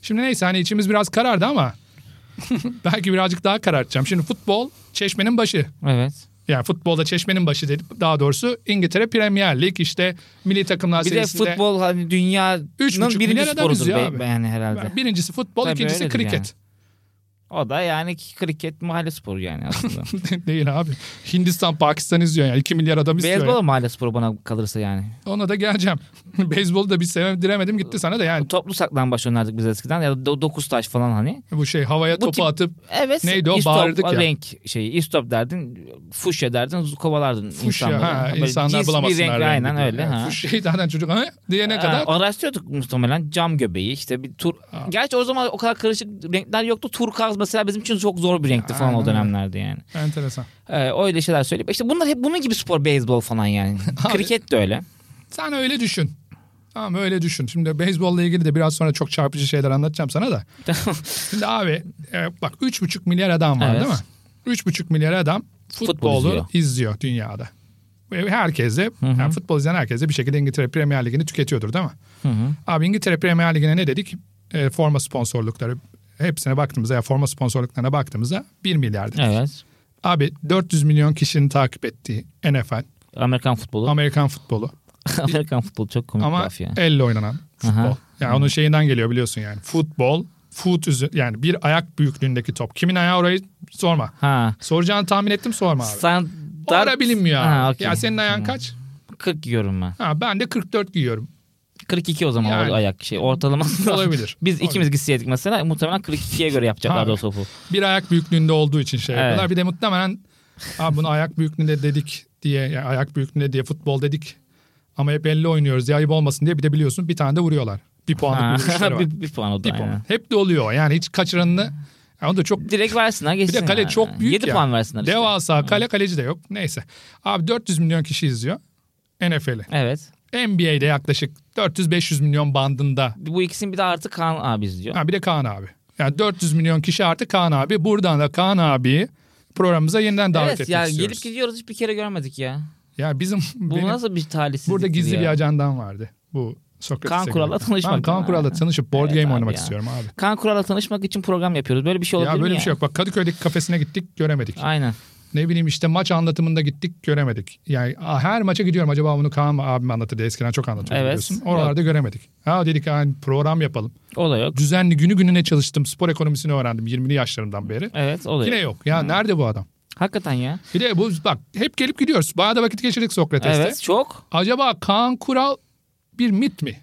Şimdi neyse hani içimiz biraz karardı ama [LAUGHS] belki birazcık daha karartacağım. Şimdi futbol çeşmenin başı. Evet. Yani futbolda çeşmenin başı dedi. Daha doğrusu İngiltere Premier Lig işte milli takımlar Bir de serisinde. futbol hani dünyanın Üç buçuk birinci milyar adamız sporudur ya be, abi. be- yani herhalde. Birincisi futbol, Tabii ikincisi öyledir kriket. O da yani kriket mahalle [LAUGHS] sporu yani aslında. Değil abi. Hindistan, Pakistan izliyor yani. 2 milyar adam istiyor. Beyzbol yani. mahalle sporu bana kalırsa yani. Ona da geleceğim. [LAUGHS] Beyzbolu da bir sevdiremedim gitti sana da yani. Toplu saklambaç oynardık biz eskiden ya da do- dokuz taş falan hani. Bu şey havaya Bu topu tip- atıp Evet. Neydi o? istop, Bağırdık ya. Renk şeyi. İstop derdin. Fuşya derdin. zu- Kovalardın Fuşya insanları. ha, Böyle cis insanlar bir bulamasınlar. renk, rengi Aynen diye. öyle. Yani ha. Fuşya'yı zaten çocuk ha, diyene kadar Ha, Araştırıyorduk Ee, muhtemelen cam göbeği işte bir tur. Gerçi o zaman o kadar karışık renkler yoktu. Turkuaz mesela bizim için çok zor bir renkti falan o Aynen öyle. dönemlerde yani. enteresan. Ee, öyle şeyler söyleyip işte bunlar hep bunun gibi spor beyzbol [LAUGHS] falan yani. Kriket de öyle. Sen öyle düşün. Tamam öyle düşün. Şimdi beyzbolla ilgili de biraz sonra çok çarpıcı şeyler anlatacağım sana da. Şimdi abi e, bak 3,5 milyar adam var Evet. değil mi? 3,5 milyar adam Futbol futbolu izliyor. izliyor. dünyada. Ve herkes de yani futbol izleyen herkes de bir şekilde İngiltere Premier Ligi'ni tüketiyordur değil mi? Abi İngiltere Premier Ligi'ne ne dedik? E, forma sponsorlukları hepsine baktığımızda ya forma sponsorluklarına baktığımızda 1 milyar dedik. Evet. Abi 400 milyon kişinin takip ettiği NFL, Amerikan futbolu. Amerikan futbolu. Amerikan futbolu çok komik bir Ama [LAUGHS] laf yani. elle oynanan futbol. Aha. Yani onun şeyinden geliyor biliyorsun yani. Futbol, foot üzü- yani bir ayak büyüklüğündeki top. Kimin ayağı orayı sorma. Ha. Soracağını tahmin ettim sorma abi. Sen O ara bilinmiyor abi. Ha, okey. Ya senin ayağın kaç? 40 giyiyorum ben. [LAUGHS] Ha, ben de 44 giyiyorum. 42 o zaman Yani. o ayak şey [LAUGHS] ortalaması. Olabilir. Biz Olabilir. ikimiz gitseydik mesela muhtemelen 42'ye göre yapacaklardı o Abi. topu. Bir ayak büyüklüğünde olduğu için şey Evet. yapıyorlar. Bir de muhtemelen abi bunu ayak büyüklüğünde dedik diye yani ayak büyüklüğünde diye futbol dedik. Ama hep elle oynuyoruz diye ayıp olmasın diye bir de biliyorsun bir tane de vuruyorlar. Bir Ha, puanlık bir vuruşları var. [LAUGHS] bir, bir puan o da. Bir puan. aynen. Hep de oluyor. Yani hiç kaçıranını yani o da çok Direkt versinler bir geçsin. de kale yani. çok büyük 7 ya. puan versinler işte. Devasa kale kaleci de yok. Neyse. Abi 400 milyon kişi izliyor. NFL'i. Evet. NBA'de yaklaşık 400-500 milyon bandında. Bu ikisini bir de artık Kaan abi izliyor. Ha, bir de Kaan abi. Yani 400 milyon kişi artık Kaan abi. Buradan da Kaan abi programımıza yeniden davet evet etmek ya istiyoruz. gelip gidiyoruz hiçbir kere görmedik ya. Ya bizim Bu benim nasıl bir talihsizlik? burada gizli ya. bir ajandan vardı. Bu Sokrates. Kaan Kural'la tanışmak. Kaan Kural'la tanışıp board Evet game abi oynamak ya. istiyorum abi. Kaan Kural'la tanışmak için program yapıyoruz. Böyle bir şey olabilir Ya mi böyle bir şey yok. Bak Kadıköy'deki kafesine gittik göremedik. Aynen. Ne bileyim işte maç anlatımında gittik göremedik. Yani a- her maça gidiyorum acaba bunu Kaan mı abim anlatırdı eskiden çok anlatıyordu Evet. biliyorsun. Oralarda göremedik. Ha dedik yani program yapalım. O da yok. Düzenli günü gününe çalıştım spor ekonomisini öğrendim 20'li yaşlarımdan beri. Evet o da Yine yok. yok ya nerede bu adam? Hakikaten ya. Bir de bu bak hep gelip gidiyoruz. Bayağı da vakit geçirdik Sokrates'te. Evet çok. Acaba Kaan Kural bir mit mi?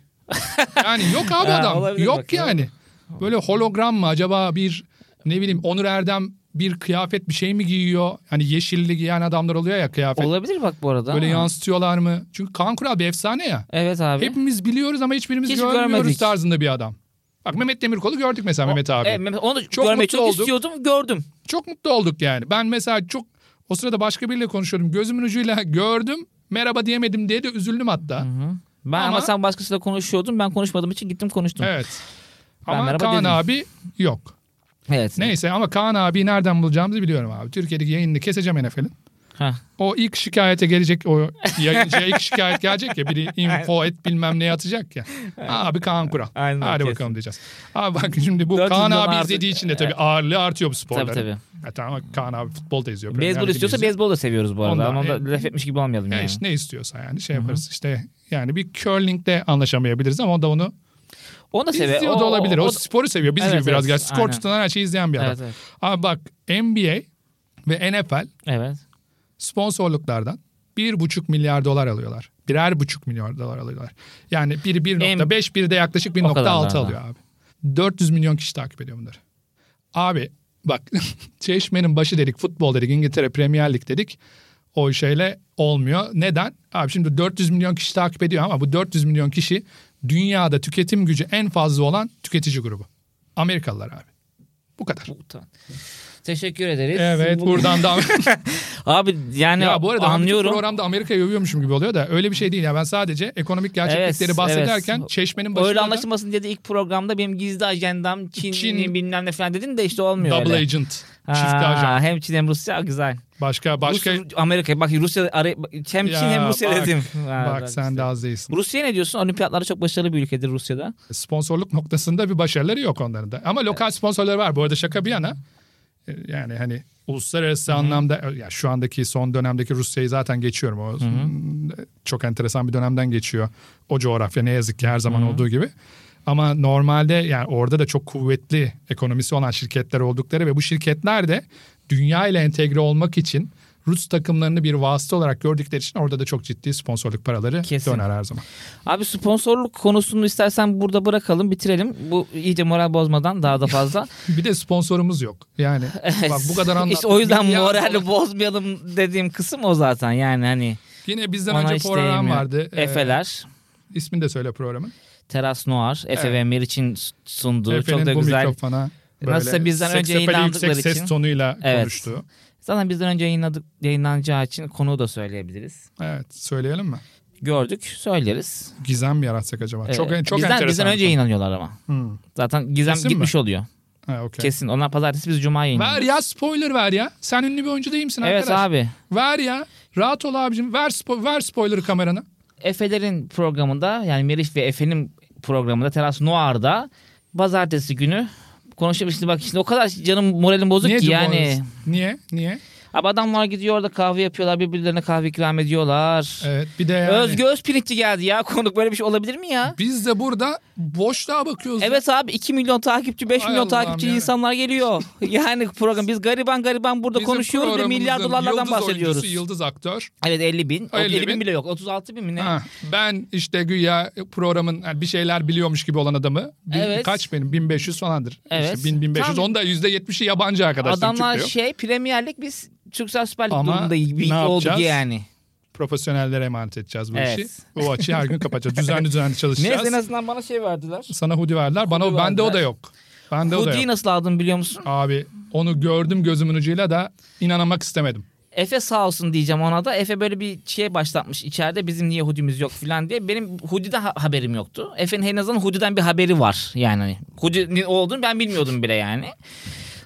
yani yok [LAUGHS] abi Ha, adam. olabilir Yok bak ya. yani. Böyle hologram mı acaba bir ne bileyim Onur Erdem bir kıyafet bir şey mi giyiyor? Hani yeşilli giyen adamlar oluyor ya kıyafet. Olabilir bak bu arada. Böyle ama. yansıtıyorlar mı? Çünkü Kaan Kural bir efsane ya. Evet abi. Hepimiz biliyoruz ama hiçbirimiz Hiç görmüyoruz görmedik. tarzında bir adam. Bak Mehmet Demirkol'u gördük mesela Mehmet abi. Evet, Mehmet- E, onu Çok çok görmek mutlu çok olduk. istiyordum. Gördüm. Çok mutlu olduk yani. Ben mesela çok o sırada başka biriyle konuşuyordum. Gözümün ucuyla [LAUGHS] gördüm. Merhaba diyemedim diye de üzüldüm hatta. Ben ama, Ama- sen başkasıyla konuşuyordun. Ben konuşmadığım için gittim konuştum. Evet. Evet. Ben Ama merhaba Kaan dedim. abi yok. Neyse ama Kaan abi nereden bulacağımızı biliyorum abi. Türkiye'deki yayınını keseceğim NFL'in. Hah. O ilk şikayete gelecek o yayıncıya ilk şikayet gelecek ya biri info et bilmem neye atacak ya. Abi Kaan Kural. Aynen, Hadi kesin. bakalım diyeceğiz. Abi bak şimdi bu 400 Kaan milyon abi artı- izlediği için de tabii ağırlığı artıyor bu sporların. Tabii tabii. Ya tamam Kaan abi futbol da izliyor. Premier Beyzbol Ligi istiyorsa izliyor. beyzbol da seviyoruz bu arada. Ondan- Ama onu e- da laf etmiş gibi olmayalım Ya yani. işte ne istiyorsa yani şey yaparız işte yani bir curling'de anlaşamayabiliriz ama o da onu Onu da seviyor. izliyor da olabilir. O, sporu seviyor. Biz Evet, gibi biraz evet, gerçi. Skor aynen. tutan her şeyi izleyen bir adam. Evet, evet. Abi bak NBA ve NFL Evet. sponsorluklardan 1,5 milyar dolar alıyorlar. Birer buçuk milyar dolar alıyorlar. Yani biri 1.5 biri de yaklaşık kadar 1.6 da. alıyor abi. 400 milyon kişi takip ediyor bunları. Abi bak [LAUGHS] Çeşme'nin başı dedik, futbol dedik, İngiltere Premier Lig dedik. O şeyle olmuyor. Neden? Abi şimdi 400 milyon kişi takip ediyor ama bu 400 milyon kişi dünyada tüketim gücü en fazla olan tüketici grubu. Amerikalılar abi. Bu kadar. Bu- tamam. Teşekkür ederiz. Evet Bu- buradan da Abi yani Ya bu arada anlıyorum. Hani anlıyorum. programda Amerika'yı övüyormuşum gibi oluyor da öyle bir şey değil ya. Ben sadece ekonomik gerçeklikleri Evet, bahsederken evet. çeşmenin Öyle başında da anlaşılmasın diye de ilk programda benim gizli ajandam Çin, Çin- bilmem ne falan dedin de işte olmuyor double öyle. agent, Ha, çift ajan. Hem Çin hem Rusya güzel. Başka başka Rus, Amerika bak Rusya ara- hem Çin Ya hem Rusya bak, dedim. bak sen de şey- az değilsin. Rusya'ya ne diyorsun? Olimpiyatlara çok başarılı bir ülkedir Rusya'da. Sponsorluk noktasında bir başarıları yok onların da. Ama lokal sponsorları var. Bu arada şaka bir yana. e, Yani hani uluslararası anlamda e, ya şu andaki son dönemdeki Rusya'yı zaten geçiyorum. O e, çok enteresan bir dönemden geçiyor. O coğrafya ne yazık ki her zaman olduğu gibi. Ama normalde yani orada da çok kuvvetli ekonomisi olan şirketler oldukları ve bu şirketler de dünya ile entegre olmak için Rus takımlarını bir vasıta olarak gördükleri için orada da çok ciddi sponsorluk paraları Kesin. döner her zaman. Abi sponsorluk konusunu istersen burada bırakalım bitirelim. Bu iyice moral bozmadan daha da fazla. Bir de sponsorumuz yok. [LAUGHS] Yani [LAUGHS] bak bu kadar anlat. işte o yüzden Milyar morali dolar- bozmayalım dediğim kısım o zaten yani hani. Yine bizden Ona önce işte program değmiyor. vardı. Ee, Efeler. İsmini de söyle programın. Teras Noir, Efe Evet. ve Emir için sunduğu Efe'nin çok da bu güzel. mikrofona böyle Nasılsa bizden önce seksepeli yayınlandıkları yüksek için. ses tonuyla Evet. konuştu. Zaten bizden önce yayınladık, yayınlanacağı için konuğu da söyleyebiliriz. Evet söyleyelim mi? Gördük, söyleriz. Gizem mi yaratsak acaba? Ee, çok çok bizden, enteresan. Bizden bir önce konu. yayınlanıyorlar ama. Hmm. Zaten Gizem Kesin gitmiş oluyor. Ha, okey. Kesin. Onlar pazartesi biz cuma yayınlıyoruz. Ver ya spoiler ver ya. Sen ünlü bir oyuncu değil misin Evet arkadaş? abi. Ver ya. Rahat ol abicim. Ver, spo- ver spoiler kameranı. Efe'lerin programında yani Meriç ve Efe'nin programında Teras Noir'da pazartesi günü konuşuyoruz. Şimdi bak şimdi o kadar canım moralim bozuk Niye ki Jim yani. Wallace? Niye? Niye? Abi adamlar gidiyor orada kahve yapıyorlar birbirlerine kahve ikram ediyorlar. Evet bir de yani Özgü Özpirinççi geldi ya [LAUGHS] konuk böyle bir şey olabilir mi ya? biz de burada boşluğa bakıyoruz. Evet abi 2 milyon takipçi 5 Ay milyon Allah'ım takipçi ya. [LAUGHS] insanlar geliyor. yani program biz gariban gariban burada Bizim konuşuyoruz ve milyar programımızın dolarlardan yıldız bahsediyoruz. Oyuncusu, yıldız aktör. Evet 50 bin. 50 50, bin. bin. bile yok 36 bin mi ne? Ha, ben işte güya programın yani bir şeyler biliyormuş gibi olan adamı bin- Evet. kaç benim 1500 falandır. Evet. İşte 1000 1500 Tam- onu da %70'i yabancı arkadaşlar Adamlar çıkıyor. şey Premier Lig biz Türksel Süper Lig Ama durumunda bir ne olduk yapacağız? yani. Profesyonellere emanet edeceğiz bu Evet. işi. Bu açıyı her gün kapatacağız. [LAUGHS] Düzenli düzenli çalışacağız. Neyse en azından bana şey verdiler. Sana hoodie verdiler. Bana Hoodie bende o da verdiler. yok. Bende o da Hoodie'yi yok. nasıl aldın biliyor musun? Abi onu gördüm gözümün ucuyla da inanamak istemedim. Efe sağ olsun diyeceğim ona da. Efe böyle bir şey başlatmış içeride bizim niye hoodie'miz yok filan diye. Benim hoodie'de ha- haberim yoktu. Efe'nin en azından hoodie'den bir haberi var yani. Hoodie ne olduğunu ben bilmiyordum bile yani.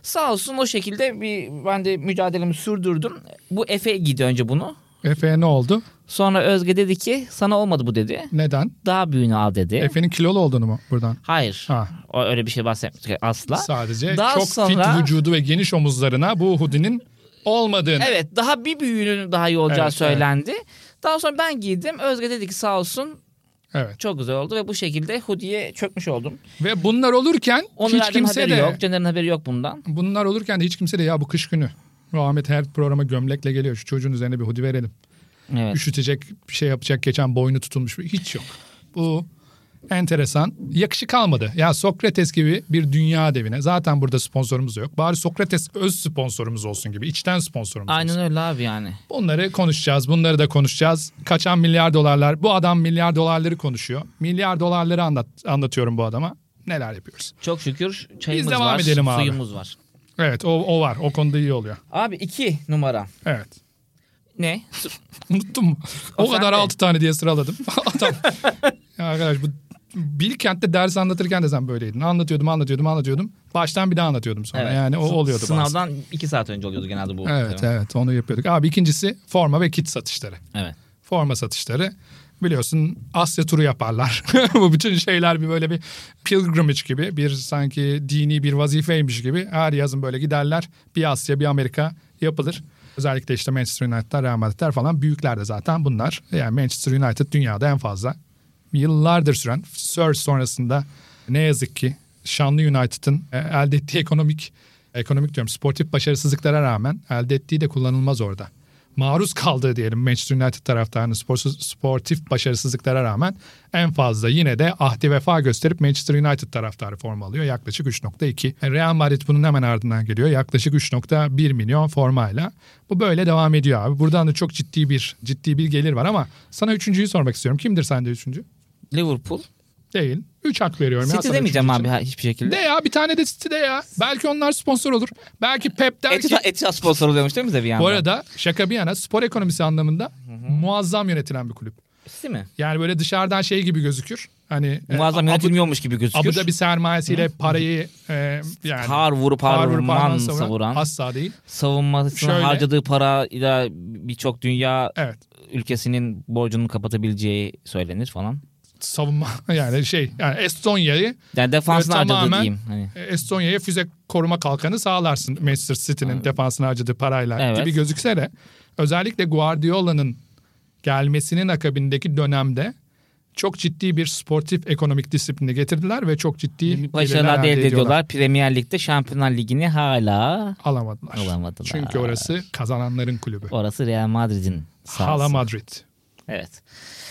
Sağ olsun o şekilde bir ben de mücadelemi sürdürdüm. Bu Efe giydi önce bunu. Efe'ye ne oldu? Sonra Özge dedi ki sana olmadı bu dedi. Neden? Daha büyüğünü al dedi. Efe'nin kilolu olduğunu mu buradan? Hayır. Ha. O öyle bir şey bahsetmedik asla. Sadece Daha çok sonra- fit vücudu ve geniş omuzlarına bu hoodie'nin olmadığını. Evet daha bir büyüğünün daha iyi olacağı Evet, söylendi. Daha sonra ben giydim. Özge dedi ki sağ olsun Evet. çok güzel oldu ve bu şekilde hoodie'ye çökmüş oldum. Ve bunlar olurken Onun hiç kimse haberi de yok. Caner'in haberi yok bundan. bunlar olurken de hiç kimse de ya bu kış günü bu Ahmet her programa gömlekle geliyor. Şu çocuğun üzerine bir hoodie verelim. Evet. Üşütecek bir şey yapacak geçen boynu tutulmuş. Hiç yok. Bu enteresan. Yakışık almadı. Ya Sokrates gibi bir dünya devine. Zaten burada sponsorumuz yok. Bari Sokrates öz sponsorumuz olsun gibi. içten sponsorumuz olsun. Aynen öyle abi yani. Bunları konuşacağız. Bunları da konuşacağız. Kaçan milyar dolarlar. Bu adam milyar dolarları konuşuyor. Milyar dolarları anlat, anlatıyorum bu adama. Neler yapıyoruz? Çok şükür çayımız devam var, edelim abi. suyumuz var. Evet o, o var. O konuda iyi oluyor. Abi iki numara. Evet. [LAUGHS] Ne? Unuttum mu? O, O kadar sende. altı tane diye sıraladım. [LAUGHS] Adam. ya arkadaş bu Bilkent'te ders anlatırken de sen böyleydin. Anlatıyordum, anlatıyordum, anlatıyordum. Baştan bir daha anlatıyordum sonra. Yani o oluyordu Sınavdan bazen. iki saat önce oluyordu genelde bu. Evet, evet onu yapıyorduk. Abi ikincisi forma ve kit satışları. Evet. forma satışları biliyorsun Asya turu yaparlar. [LAUGHS] Bu bütün şeyler bir böyle bir pilgrimage gibi bir sanki dini bir vazifeymiş gibi her yazın böyle giderler bir Asya bir Amerika yapılır. Özellikle işte Manchester United'lar, Real Madrid'ler falan büyükler de zaten bunlar. Yani Manchester United dünyada en fazla yıllardır süren Sir sonrasında ne yazık ki şanlı United'ın e, elde ettiği ekonomik ekonomik diyorum sportif başarısızlıklara rağmen elde ettiği de kullanılmaz orada. Maruz kaldığı diyelim Manchester United taraftarının sporsuz- sportif başarısızlıklara rağmen en fazla yine de ahdi vefa gösterip Manchester United taraftarı forma alıyor yaklaşık 3.2. E, Real Madrid bunun hemen ardından geliyor yaklaşık 3.1 milyon formayla. Bu böyle devam ediyor abi. Buradan da çok ciddi bir ciddi bir gelir var ama sana üçüncüyü sormak istiyorum. Kimdir sende üçüncü? Liverpool. Değil. 3 hak veriyorum. ya City sana demeyeceğim üçüncü abi için. ha- hiçbir şekilde. De ya bir tane de City de ya. Belki onlar sponsor olur. Belki Pep der ki. Etihad, Etihad sponsor oluyormuş değil mi bize bir yandan? Bu arada şaka bir yana spor ekonomisi anlamında muazzam yönetilen bir kulüp. City mi? Yani böyle dışarıdan şey gibi gözükür. Hani e, Muazzam Abu- yönetilmiyormuş gibi gözüküyor. Abu Dhabi sermayesiyle parayı e, yani Har vurup har vurup harman vurup savuran savuran. asla değil. savunmasına Şöyle. harcadığı para ile birçok dünya Evet. ülkesinin borcunu kapatabileceği söylenir falan. Savunma [LAUGHS] yani şey yani Estonya'yı Yani defansına Ve harcadığı tamamen- diyeyim. Hani. E, Estonya'ya füze koruma kalkanı sağlarsın Manchester City'nin defansına harcadığı parayla Evet. gibi gözükse de özellikle Guardiola'nın gelmesinin akabindeki dönemde çok ciddi bir sportif ekonomik disiplini getirdiler ve çok ciddi Başarılar gelirler elde ediyorlar. Premier Lig'de Şampiyonlar Ligi'ni hala Alamadılar. Alamadılar. Çünkü orası kazananların kulübü. orası Real Madrid'in sahası. Hala Madrid. Evet.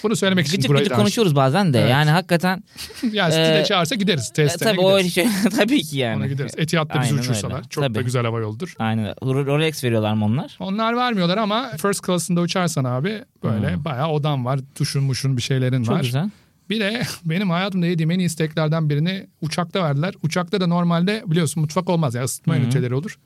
Bunu söylemek için Gıcık burayı gıcık konuşuyoruz bazen de. Evet. Yani hakikaten Yani City'de Ee, çağırsa gideriz. e, Testlerine tabii o gideriz. şey [LAUGHS] tabii ki yani. Ona gideriz. Etihad'da bizi Aynen uçursalar. öyle. Çok da Tabii. güzel hava yoldur. Aynen. öyle. Ro- Rolex veriyorlar mı onlar? Onlar vermiyorlar ama first class'ında uçarsan abi böyle bayağı odan var. Tuşun muşun bir şeylerin Hmm. Çok var. güzel. Bir de benim hayatımda yediğim en iyi isteklerden birini uçakta verdiler. Uçakta da normalde biliyorsun mutfak olmaz ya ısıtma üniteleri olur.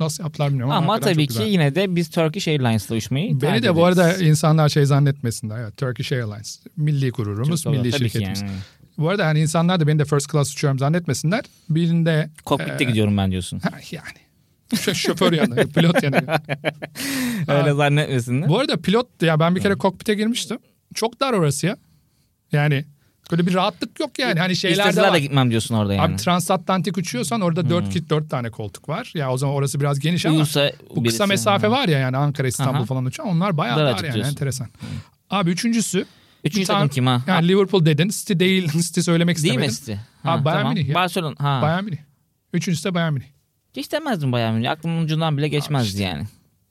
Nasıl yaptılar bilmiyorum ama, Ama hakikaten tabii çok ki güzel. yine de biz Turkish Airlines'la uçmayı Beni tercih de bu ederiz. arada insanlar şey zannetmesinler. Evet, Turkish Airlines. Milli gururumuz, Çok doğru. milli Tabii ki şirketimiz. yani. Bu arada hani insanlar da beni de first class uçuyorum zannetmesinler. Birinde... e, Kokpitte gidiyorum ben diyorsun. ha, [LAUGHS] yani. Şö- Şoför yanıyor, pilot yanıyor. Öyle zannetmesinler. Bu arada pilot ya ben bir kere kokpite girmiştim. Çok dar orası ya. Yani Böyle bir rahatlık yok yani. Hani şeyler de İstesizler var. de gitmem diyorsun orada yani. Abi transatlantik uçuyorsan orada 4 kit 4 tane koltuk var. Ya o zaman orası biraz geniş ama Uyusa bu birisi- kısa mesafe Ha. var ya yani Ankara İstanbul Aha. falan uçan onlar bayağı Dar dar, açık yani diyorsun. Hmm. enteresan. Abi üçüncüsü Üçüncü bir takım kim ha? Yani Liverpool dedin. City değil. [LAUGHS] City söylemek Değil istemedim. mi City? Ha, Abi Bayern tamam. Münih ya. Barcelona. Ha. Bayern Münih. Üçüncüsü de Bayern Münih. Hiç demezdim Bayern Münih. Aklımın ucundan bile geçmezdi yani.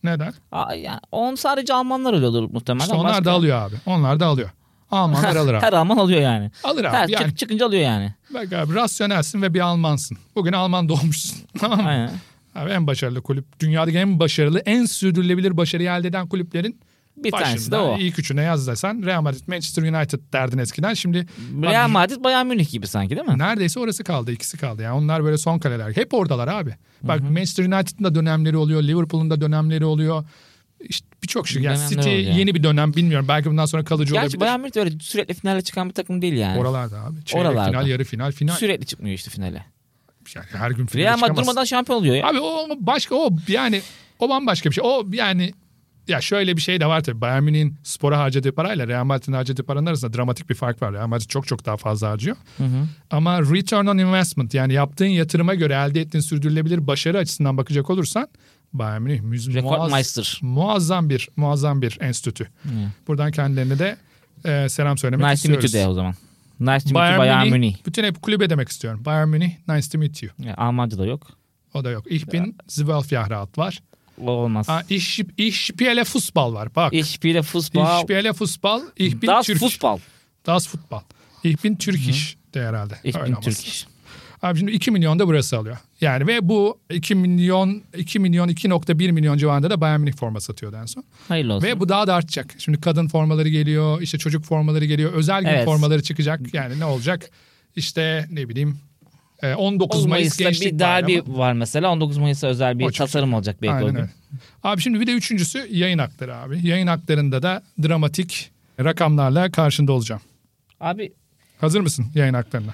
Neden? Aa, yani. On sadece Almanlar alıyordur muhtemelen. İşte onlar Başka- da alıyor abi. Onlar da alıyor. [LAUGHS] Almanlar alır abi. Her Alman alıyor yani. Alır Her abi. Yani çık- çıkınca alıyor [LAUGHS] yani. bak abi rasyonelsin ve bir Almansın. Bugün Alman doğmuşsun. [LAUGHS] Tamam mı? Aynen. Abi en başarılı kulüp. Dünyadaki en başarılı, en sürdürülebilir başarıyı elde eden kulüplerin Bir başında. tanesi de o. İlk üçüne yaz desen Real Madrid, Manchester United derdin eskiden. Şimdi Real abi, Madrid Bayern Münih gibi sanki değil mi? neredeyse orası kaldı, ikisi kaldı. Yani onlar böyle son kaleler. Hep oradalar abi. Bak Manchester United'ın da dönemleri oluyor, Liverpool'un da dönemleri oluyor. İşte birçok şey. Yani Dönemler City oluyor. yeni bir dönem bilmiyorum. Belki bundan sonra kalıcı Gerçi olabilir. Bayern Münih de öyle sürekli finale çıkan bir takım değil yani. Oralarda abi. Çeyrek Oralarda. final, yarı final, final. Sürekli çıkmıyor işte finale. Yani her gün finale Real Madrid çıkamazsın. durmadan şampiyon oluyor [LAUGHS] ya. Abi o başka o yani o bambaşka bir şey. O yani ya şöyle bir şey de var tabii. Bayern Münih'in spora harcadığı parayla Real Madrid'in harcadığı paranın arasında dramatik bir fark var. Real Madrid çok çok daha fazla harcıyor. Ama return on investment yani yaptığın yatırıma göre elde ettiğin sürdürülebilir başarı açısından bakacak olursan Bayern Münih müz- Rekortmeister. muazzam bir muazzam bir enstitü. Buradan kendilerine de e, selam söylemek Nice to meet istiyoruz. you de o zaman. Nice to meet you Bayern Münih. Bütün hep kulübe demek istiyorum. Bayern Münih, nice to meet you. Ya, Almanca da yok. O da yok. Ich bin zwölf Jahre alt var. O olmaz. Ha, ich, ich spiele Fußball var bak. Ich, Ich bile futbol. spiele Fußball. Ich bin Das Türk. futbol. Das Fußball. Ich bin Türkisch de herhalde. Ich Öyle bin olması. Türk. Abi şimdi 2 milyon da burası alıyor. Yani ve bu 2 milyon 2 milyon 2.1 milyon civarında da Bayern Münih forma satıyordu en son. Hayırlı olsun. Ve bu daha da artacak. Şimdi kadın formaları geliyor, işte çocuk formaları geliyor, özel gün Evet. formaları çıkacak. Yani ne olacak? İşte ne bileyim e, 19 19 Mayıs Mayıs'ta Gençlik bir Bayramı. derbi var mesela. 19 Mayıs'a özel bir O çok tasarım olacak belki o Aynen gün. öyle. Abi şimdi bir de üçüncüsü yayın hakları abi. Yayın haklarında da dramatik rakamlarla karşında olacağım. Abi Hazır mısın yayın haklarına?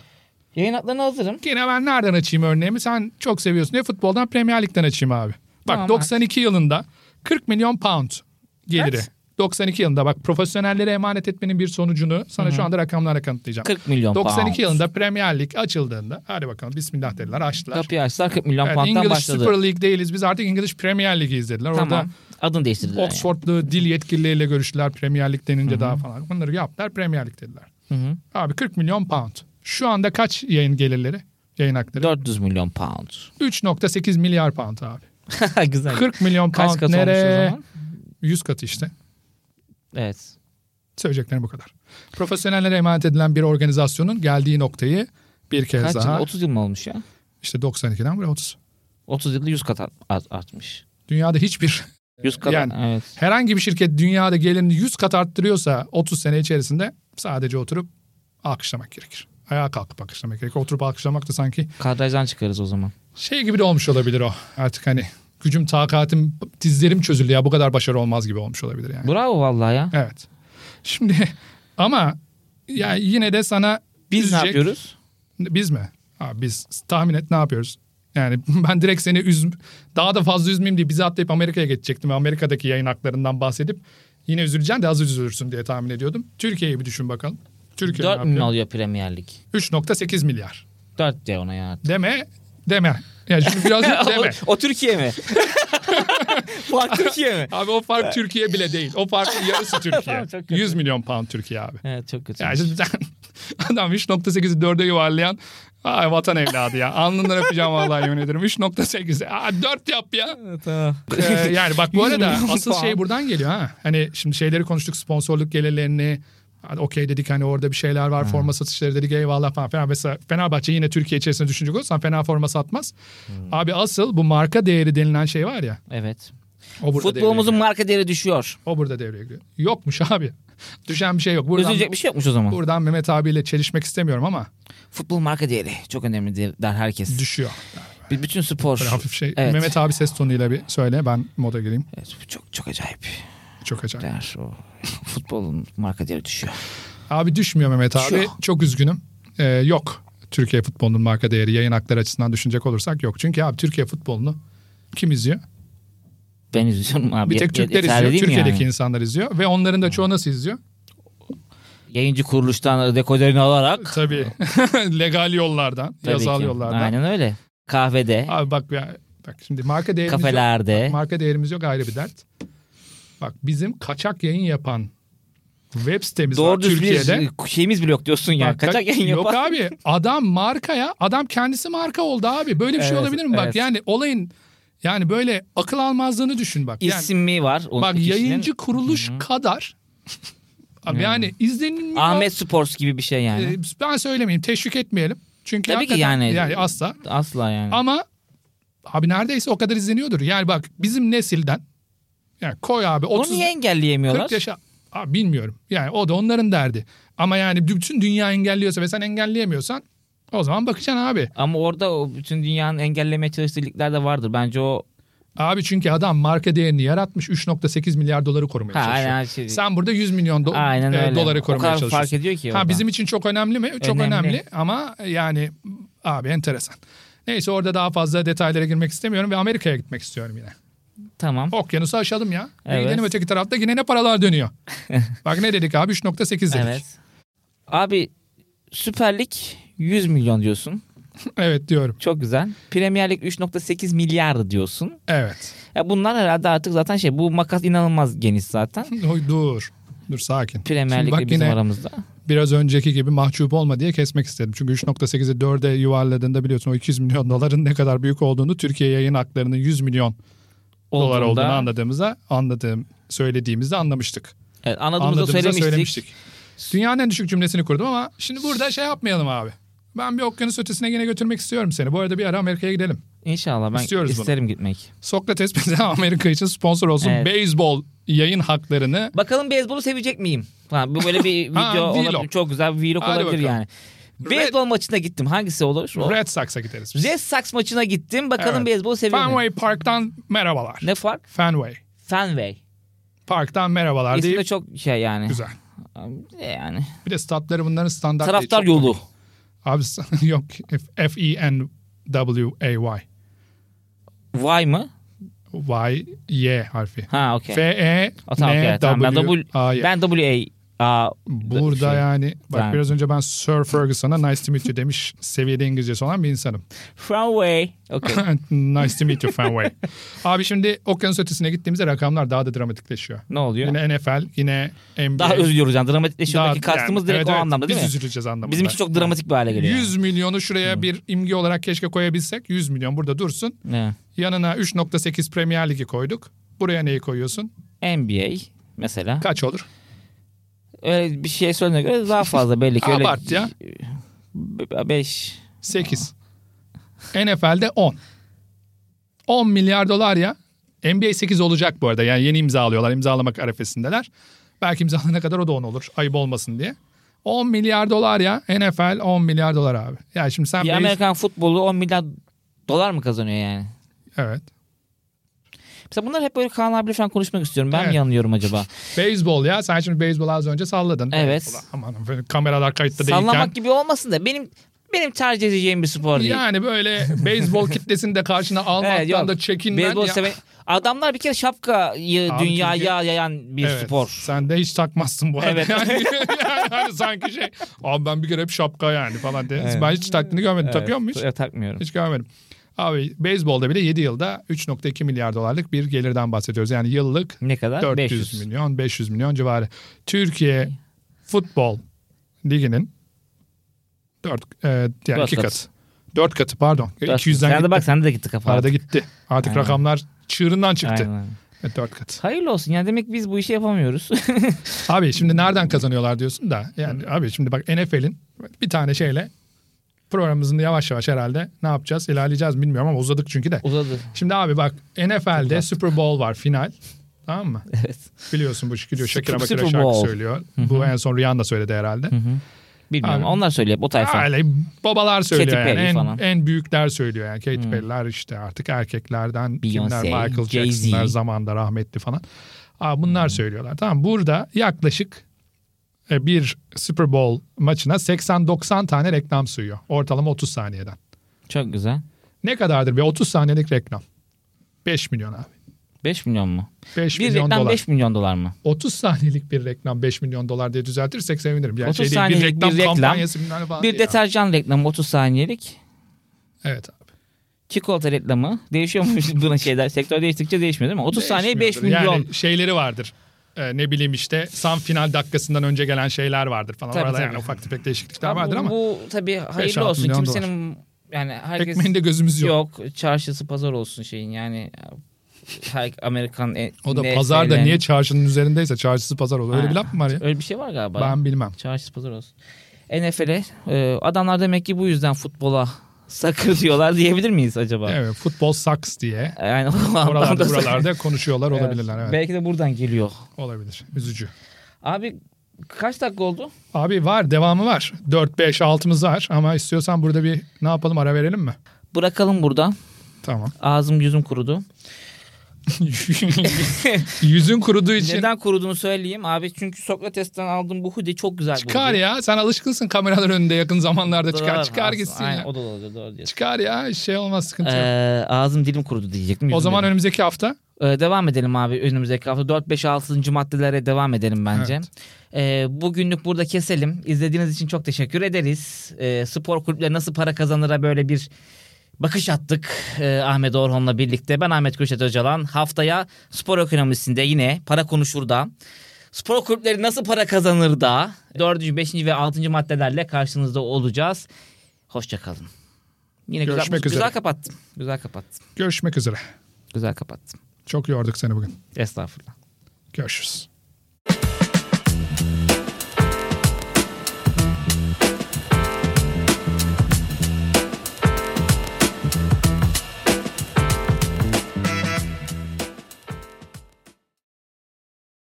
yayın haklarına hazırım. Yine ben nereden açayım örneğimi? Sen çok seviyorsun. Ne futboldan Premier Lig'den açayım abi. Bak Tamam, 92 yılında 40 milyon pound geliri. Kaç? 92 yılında bak profesyonellere emanet etmenin bir sonucunu sana şu anda rakamlarla kanıtlayacağım. 40 milyon 92 pound. yılında Premier Lig açıldığında hadi bakalım bismillah dediler açtılar. Kapıyı açtılar 40 milyon Evet, pound'dan English başladı. Super League değiliz biz artık İngiliz Premier Lig'i izlediler. Orada Tamam. Adını değiştirdiler. yani. Oxford'lu dil yetkilileriyle görüştüler. Premier Lig denince daha falan. Bunları yaptılar. Premier Lig dediler. hı. Abi 40 milyon pound. Şu anda kaç yayın gelirleri? Yayın hakları? 400 [LAUGHS] milyon pound. 3.8 milyar pound abi. Güzel. 40 milyon Kaç pound kat olmuş o nereye? zaman? 100 katı işte. Evet. Söyleyeceklerim bu kadar. Profesyonellere emanet edilen bir organizasyonun geldiği noktayı bir kez Kaç daha yıl? 30 yıl mı olmuş ya? işte 92'den buraya 30. 30 yılda 100 kat art- artmış. Dünyada hiçbir 100 kat Yani- evet. herhangi bir şirket dünyada gelirini 100 kat arttırıyorsa 30 sene içerisinde sadece oturup alkışlamak gerekir. Ayağa kalkıp alkışlamak gerekir. Oturup alkışlamak da sanki Kadrajdan çıkarız o zaman. şey gibi de olmuş olabilir o. Artık hani gücüm, takatim, dizlerim çözüldü ya bu kadar başarı olmaz gibi olmuş olabilir yani. Bravo vallahi ya. Evet. Şimdi [LAUGHS] ama ya yine de sana Biz üzecek- ne yapıyoruz? Biz mi? Abi biz tahmin et ne yapıyoruz? Yani [LAUGHS] ben direkt seni üz daha da fazla üzmeyeyim diye bizi atlayıp Amerika'ya geçecektim. ve Amerika'daki yayın haklarından bahsedip yine üzüleceksin de az üzülürsün diye tahmin ediyordum. Türkiye'yi bir düşün bakalım. Türkiye 4 ne milyon yapıyor? alıyor Premier Lig. 3.8 milyar. 4 de ona ya. Deme deme. Yani şimdi [LAUGHS] biraz deme. O, o Türkiye [LAUGHS] mi? Fark Türkiye mi? Abi o fark Türkiye bile değil. O farkın yarısı Türkiye. Tamam, [LAUGHS] çok kötü. 100 milyon pound Türkiye abi. Evet çok kötü. Yani şimdi sen [LAUGHS] adam 3.8'i 4'e yuvarlayan ay vatan evladı ya. Alnından öpeceğim vallahi yemin ederim. 3.8'i. Aa, 4 yap ya. tamam. Ee, yani bak bu 100 arada milyon asıl pound. şey buradan geliyor ha. Hani şimdi şeyleri konuştuk sponsorluk gelirlerini. Hadi Okey dedik hani orada bir şeyler Hmm. var forma satışları dedik eyvallah falan filan. Mesela Fenerbahçe yine Türkiye içerisinde düşünecek olursan fena forma satmaz. Hmm. Abi asıl bu marka değeri denilen şey var ya. Evet. O burada Futbolumuzun devreye giriyor. marka değeri düşüyor. O burada devreye giriyor. Yokmuş abi. [LAUGHS] Düşen bir şey yok. Buradan, Üzülecek bir şey yokmuş o zaman. buradan Mehmet abiyle çelişmek istemiyorum ama Futbol marka değeri çok önemli der- der herkes. düşüyor. Bir bütün spor. Böyle hafif şey. Evet. Mehmet abi ses tonuyla bir söyle ben moda gireyim. Evet, bu çok çok acayip Çok acayip. değer o. [LAUGHS] Futbolun marka değeri düşüyor. Abi düşmüyor Mehmet abi. Düşüyor. Çok üzgünüm. Ee, yok. Türkiye futbolunun marka değeri yayın hakları açısından düşünecek olursak yok. Çünkü abi Türkiye futbolunu kim izliyor? Ben izliyorum abi. Bir tek Yeter Türkler izliyor. değil mi Türkiye'deki yani? [LAUGHS] insanlar izliyor. Ve onların da çoğu nasıl izliyor? Yayıncı kuruluştan dekoderini alarak. Tabii. [LAUGHS] Legal yollardan, Tabii yasal ki. yollardan. Aynen öyle. Kahvede, Abi bak ya, bak şimdi marka değerimiz yok. kafelerde. Marka değerimiz yok ayrı bir dert. Bak bizim kaçak yayın yapan web sitemiz var Doğru düz Türkiye'de. bir şeyimiz bile yok diyorsun ya. Bak, Kaçak yayın Yok yapan. abi adam marka ya. Adam kendisi marka oldu abi. Böyle bir şey Evet, olabilir mi? Bak evet. yani olayın yani böyle akıl almazlığını düşün bak. Yani, İsmi var. onun bak kişinin. Hmm. yayıncı kuruluş kadar abi yani izlenilmiyor. Ahmet Sports gibi bir şey yani. Ee, ben söylemeyeyim teşvik etmeyelim. Çünkü Tabii ki hakikaten- yani. yani asla. Asla yani. Ama abi neredeyse o kadar izleniyordur. Yani bak bizim nesilden yani koy abi Bunu 30 niye engelleyemiyorlar? 40 yaşa abi bilmiyorum. Yani o da onların derdi. Ama yani bütün dünya engelliyorsa ve sen engelleyemiyorsan o zaman bakacaksın abi. Ama orada o bütün dünyanın engellemeye çalıştığı ligler de vardır. Bence o Abi çünkü adam marka değerini yaratmış 3.8 milyar doları korumaya Ha, çalışıyor. aynen, şey- Sen burada 100 milyon do- aynen e, öyle. doları O korumaya kadar çalışıyorsun. fark ediyor ki. Ha orada. bizim için çok önemli mi? Çok Önemli. önemli. ama yani abi enteresan. Neyse orada daha fazla detaylara girmek istemiyorum ve Amerika'ya gitmek istiyorum yine. Tamam. Okyanusu aşalım ya. Evet. Evet. Gidelim öteki tarafta yine ne paralar dönüyor. Bak ne dedik abi 3.8 dedik. Evet. Evet. Abi Süper Lig 100 milyon diyorsun. diyorum. Çok güzel. Premier Lig 3.8 milyar diyorsun. Evet. Ya bunlar herhalde artık zaten şey bu makas inanılmaz geniş zaten. Oy, dur. Dur sakin. Premier Şimdi Lig'le bak bizim yine aramızda. biraz önceki gibi mahcup olma diye kesmek istedim. Çünkü 3.8'i 4'e yuvarladığında biliyorsun o 200 milyon doların ne kadar büyük olduğunu Türkiye yayın haklarının 100 milyon dolar Olduğunda- olduğunu anladığımızda anladığım söylediğimizde anlamıştık. Evet, anladığımızda söylemiştik. Dünyanın en düşük cümlesini kurdum ama şimdi burada şey yapmayalım abi. Ben bir okyanus ötesine yine götürmek istiyorum seni. Bu arada bir ara Amerika'ya gidelim. İnşallah ben İstiyoruz bunu. isterim gitmek. Sokrates bize [LAUGHS] Amerika için sponsor olsun. Evet. Beyzbol yayın haklarını Bakalım beyzbolu sevecek miyim? Falan. Bu böyle [LAUGHS] bir Ha, video vlog. olabilir. Çok güzel bir vlog Hadi olabilir bakalım. yani. Beyzbol maçına gittim. Hangisi olur? O- Red Sox'a gideriz. biz. Red Sox maçına gittim. Bakalım Evet. beyzbolu seviyor muyum? Fenway Park'tan merhabalar. Ne fark? Fenway Fenway. Park'tan merhabalar İsmi de deyip çok şey yani. e, güzel. Yani. Bir de statları bunların standart değil. Taraftar Çok- yolu. Abi [LAUGHS] yok E F-E-N-W-A-Y. Vay mı? Y, Y harfi. E Ha okey. O, tamam, okey. Tamam, ben W F-E-N-W-A-Y. ben W A Burada şey, yani bak yani- biraz önce ben Sir Ferguson'a nice to meet you demiş seviyede İngilizcesi olan bir insanım. Fenway. [LAUGHS] Okey. nice to meet you Fenway. Abi şimdi okyanus ötesine gittiğimizde rakamlar daha da dramatikleşiyor. ne oluyor? Yine NFL, yine NBA. Daha üzülüyoruz yani. Dramatikleşiyor. Daha- Kastımız yani, direkt evet, o evet, anlamda değil biz mi? üzüleceğiz anlamında. Bizim için çok dramatik bir hale geliyor. 100 milyonu şuraya bir imge olarak keşke koyabilsek. 100 milyon burada dursun. yani. Yanına 3.8 Premier Ligi koyduk. Buraya neyi koyuyorsun? Evet. NBA mesela. Kaç olur? Öyle bir şey söylediğine göre daha fazla belli ki. öyle [LAUGHS] Abart ya. 5. 8. NFL'de 10. 10 milyar dolar ya. NBA 8 olacak bu arada. Yani yeni imzalıyorlar. İmzalamak arefesindeler. Belki imzalana kadar o da 10 olur. Ayıp olmasın diye. 10 milyar dolar ya. NFL 10 milyar dolar abi. Ya şimdi sen... Bir bir- Amerikan futbolu 10 milyar dolar mı kazanıyor yani? Evet. Mesela bunlar hep böyle Kaan abiyle falan konuşmak istiyorum. Ben mi Evet. yanılıyorum acaba? Beyzbol ya. Sen şimdi beyzbolu az önce salladın. Evet. Beyzbola. Aman efendim, kameralar kayıtta [LAUGHS] değilken. Sallamak gibi olmasın da benim benim tercih edeceğim bir spor değil. Yani böyle beyzbol kitlesini de karşına almaktan [LAUGHS] Evet, yok. da çekinmen. Beyzbol ya. seven- Adamlar bir kere şapkayı Abi dünyaya çünkü- yayan bir Evet, spor. Sen de hiç takmazsın bu arada. [LAUGHS] Evet. Yani, yani hani sanki şey abi ben bir kere hep şapka yani falan diye. Evet. Ben hiç taktiğini görmedim. Takıyor muyum hiç? Evet, takmıyorum. Hiç görmedim. Abi beyzbolda bile 7 yılda 3.2 milyar dolarlık bir gelirden bahsediyoruz. Yani yıllık Ne kadar? 400 500. milyon 500 milyon civarı. Türkiye Futbol Ligi'nin 4 yani Dört 2 katı. katı. 4 katı pardon. 200'den sen gitti. de bak sen de gitti kafa. Arada gitti. Artık Aynen. rakamlar çığırından çıktı. Aynen. Evet, 4 katı. Hayırlı olsun. Yani demek biz bu işi yapamıyoruz. [LAUGHS] Abi şimdi nereden kazanıyorlar diyorsun da. Yani abi şimdi bak NFL'in bir tane şeyle programımızın yavaş yavaş herhalde ne yapacağız ilerleyeceğiz bilmiyorum ama uzadık çünkü de. Uzadı. Şimdi abi bak NFL'de Super Bowl var final. Tamam mı? Evet. Biliyorsun bu gidiyor Şakir'e Super- bakıra Super şarkı Bowl. söylüyor. Bu en son Rihanna söyledi herhalde. Bilmiyorum. Abi- Onlar söylüyor. O tayfa. Öyle babalar söylüyor Katy yani. Perry En, falan. Hmm. en büyükler söylüyor yani. Katy Perry'ler işte artık erkeklerden Beyoncé, kimler Michael Jay-Z. Hmm. Jackson'lar zamanda rahmetli falan. Aa, bunlar söylüyorlar. Tamam burada yaklaşık e, bir Super Bowl maçına 80-90 tane reklam suyuyor. Ortalama 30 saniyeden. Çok güzel. Ne kadardır bir 30 saniyelik reklam? 5 milyon abi. 5 milyon mu? 5 Bir milyon reklam dolar. 5 milyon dolar mı? 30 saniyelik bir reklam 5 milyon dolar diye düzeltirsek sevinirim. Yani 30 şey değil, saniyelik bir bir reklam, reklam, kampanyası bilmem ne falan Bir değil abi. deterjan reklamı 30 saniyelik. Evet abi. Çikolata reklamı. Değişiyor mu [LAUGHS] buna şeyler? Sektör değiştikçe değişmiyor değil mi? 30 saniye 5 milyon. Değişmiyordur. Yani şeyleri vardır. Ee, ne bileyim işte sam final dakikasından önce gelen şeyler vardır falan. Tabii, Arada tabii. yani ufak tefek değişiklikler Ama vardır bu, ama Bu tabii hayırlı altı olsun. milyon Kimsenin yani herkes ekmeğinde gözümüz yok. yok. Çarşısı pazar olsun şeyin yani. Her Amerikan e- O da ne- pazarda şeylerin- niye çarşının üzerindeyse çarşısı pazar olur. Öyle bir Ha. laf mı var ya? Öyle bir şey var galiba. Ben bilmem. Çarşısı pazar olsun. NFL'e e, adamlar demek ki bu yüzden futbola sakır [LAUGHS] diyorlar diyebilir miyiz acaba? Evet futbol saks diye. Yani o anlamda Oralarda sakır- buralarda konuşuyorlar [LAUGHS] Evet. olabilirler. Evet. Belki de buradan geliyor. Olabilir. Üzücü. Abi kaç dakika oldu? Abi var devamı var. 4 5 6'mız var ama istiyorsan burada bir ne yapalım ara verelim mi? Bırakalım burada. Tamam. Ağzım yüzüm kurudu. Yüzün kuruduğu için Neden kuruduğunu söyleyeyim abi. Çünkü Sokrates'ten aldığım bu hoodie çok güzel. bir çıkar hoodie. ya. Sen alışkılsın kameralar önünde yakın zamanlarda Doğru, çıkar. Çıkar aslında. gitsin Aynen, ya. O da olacak doğru diyorsun. Çıkar ya şey olmaz sıkıntı yok. Ee, ağzım dilim kurudu diyecektim. O yüzüm zaman dedim. önümüzdeki hafta Ee, devam edelim abi önümüzdeki hafta. 4 5 6. maddelere devam edelim bence. Evet. Ee, bugünlük burada keselim. İzlediğiniz için çok teşekkür ederiz. Ee, spor kulüpleri nasıl para kazanır'a böyle bir bakış attık ee, Ahmet Orhon'la birlikte. Ben Ahmet Kürşet Öcalan. Haftaya spor ekonomisinde yine para konuşur da spor kulüpleri nasıl para kazanır da 4. 5. ve 6. maddelerle karşınızda olacağız. Hoşçakalın. Yine Görüşmek güzel, üzere. güzel kapattım. Güzel kapattım. görüşmek üzere. Güzel kapattım. Çok yorduk seni bugün. Estağfurullah. Görüşürüz.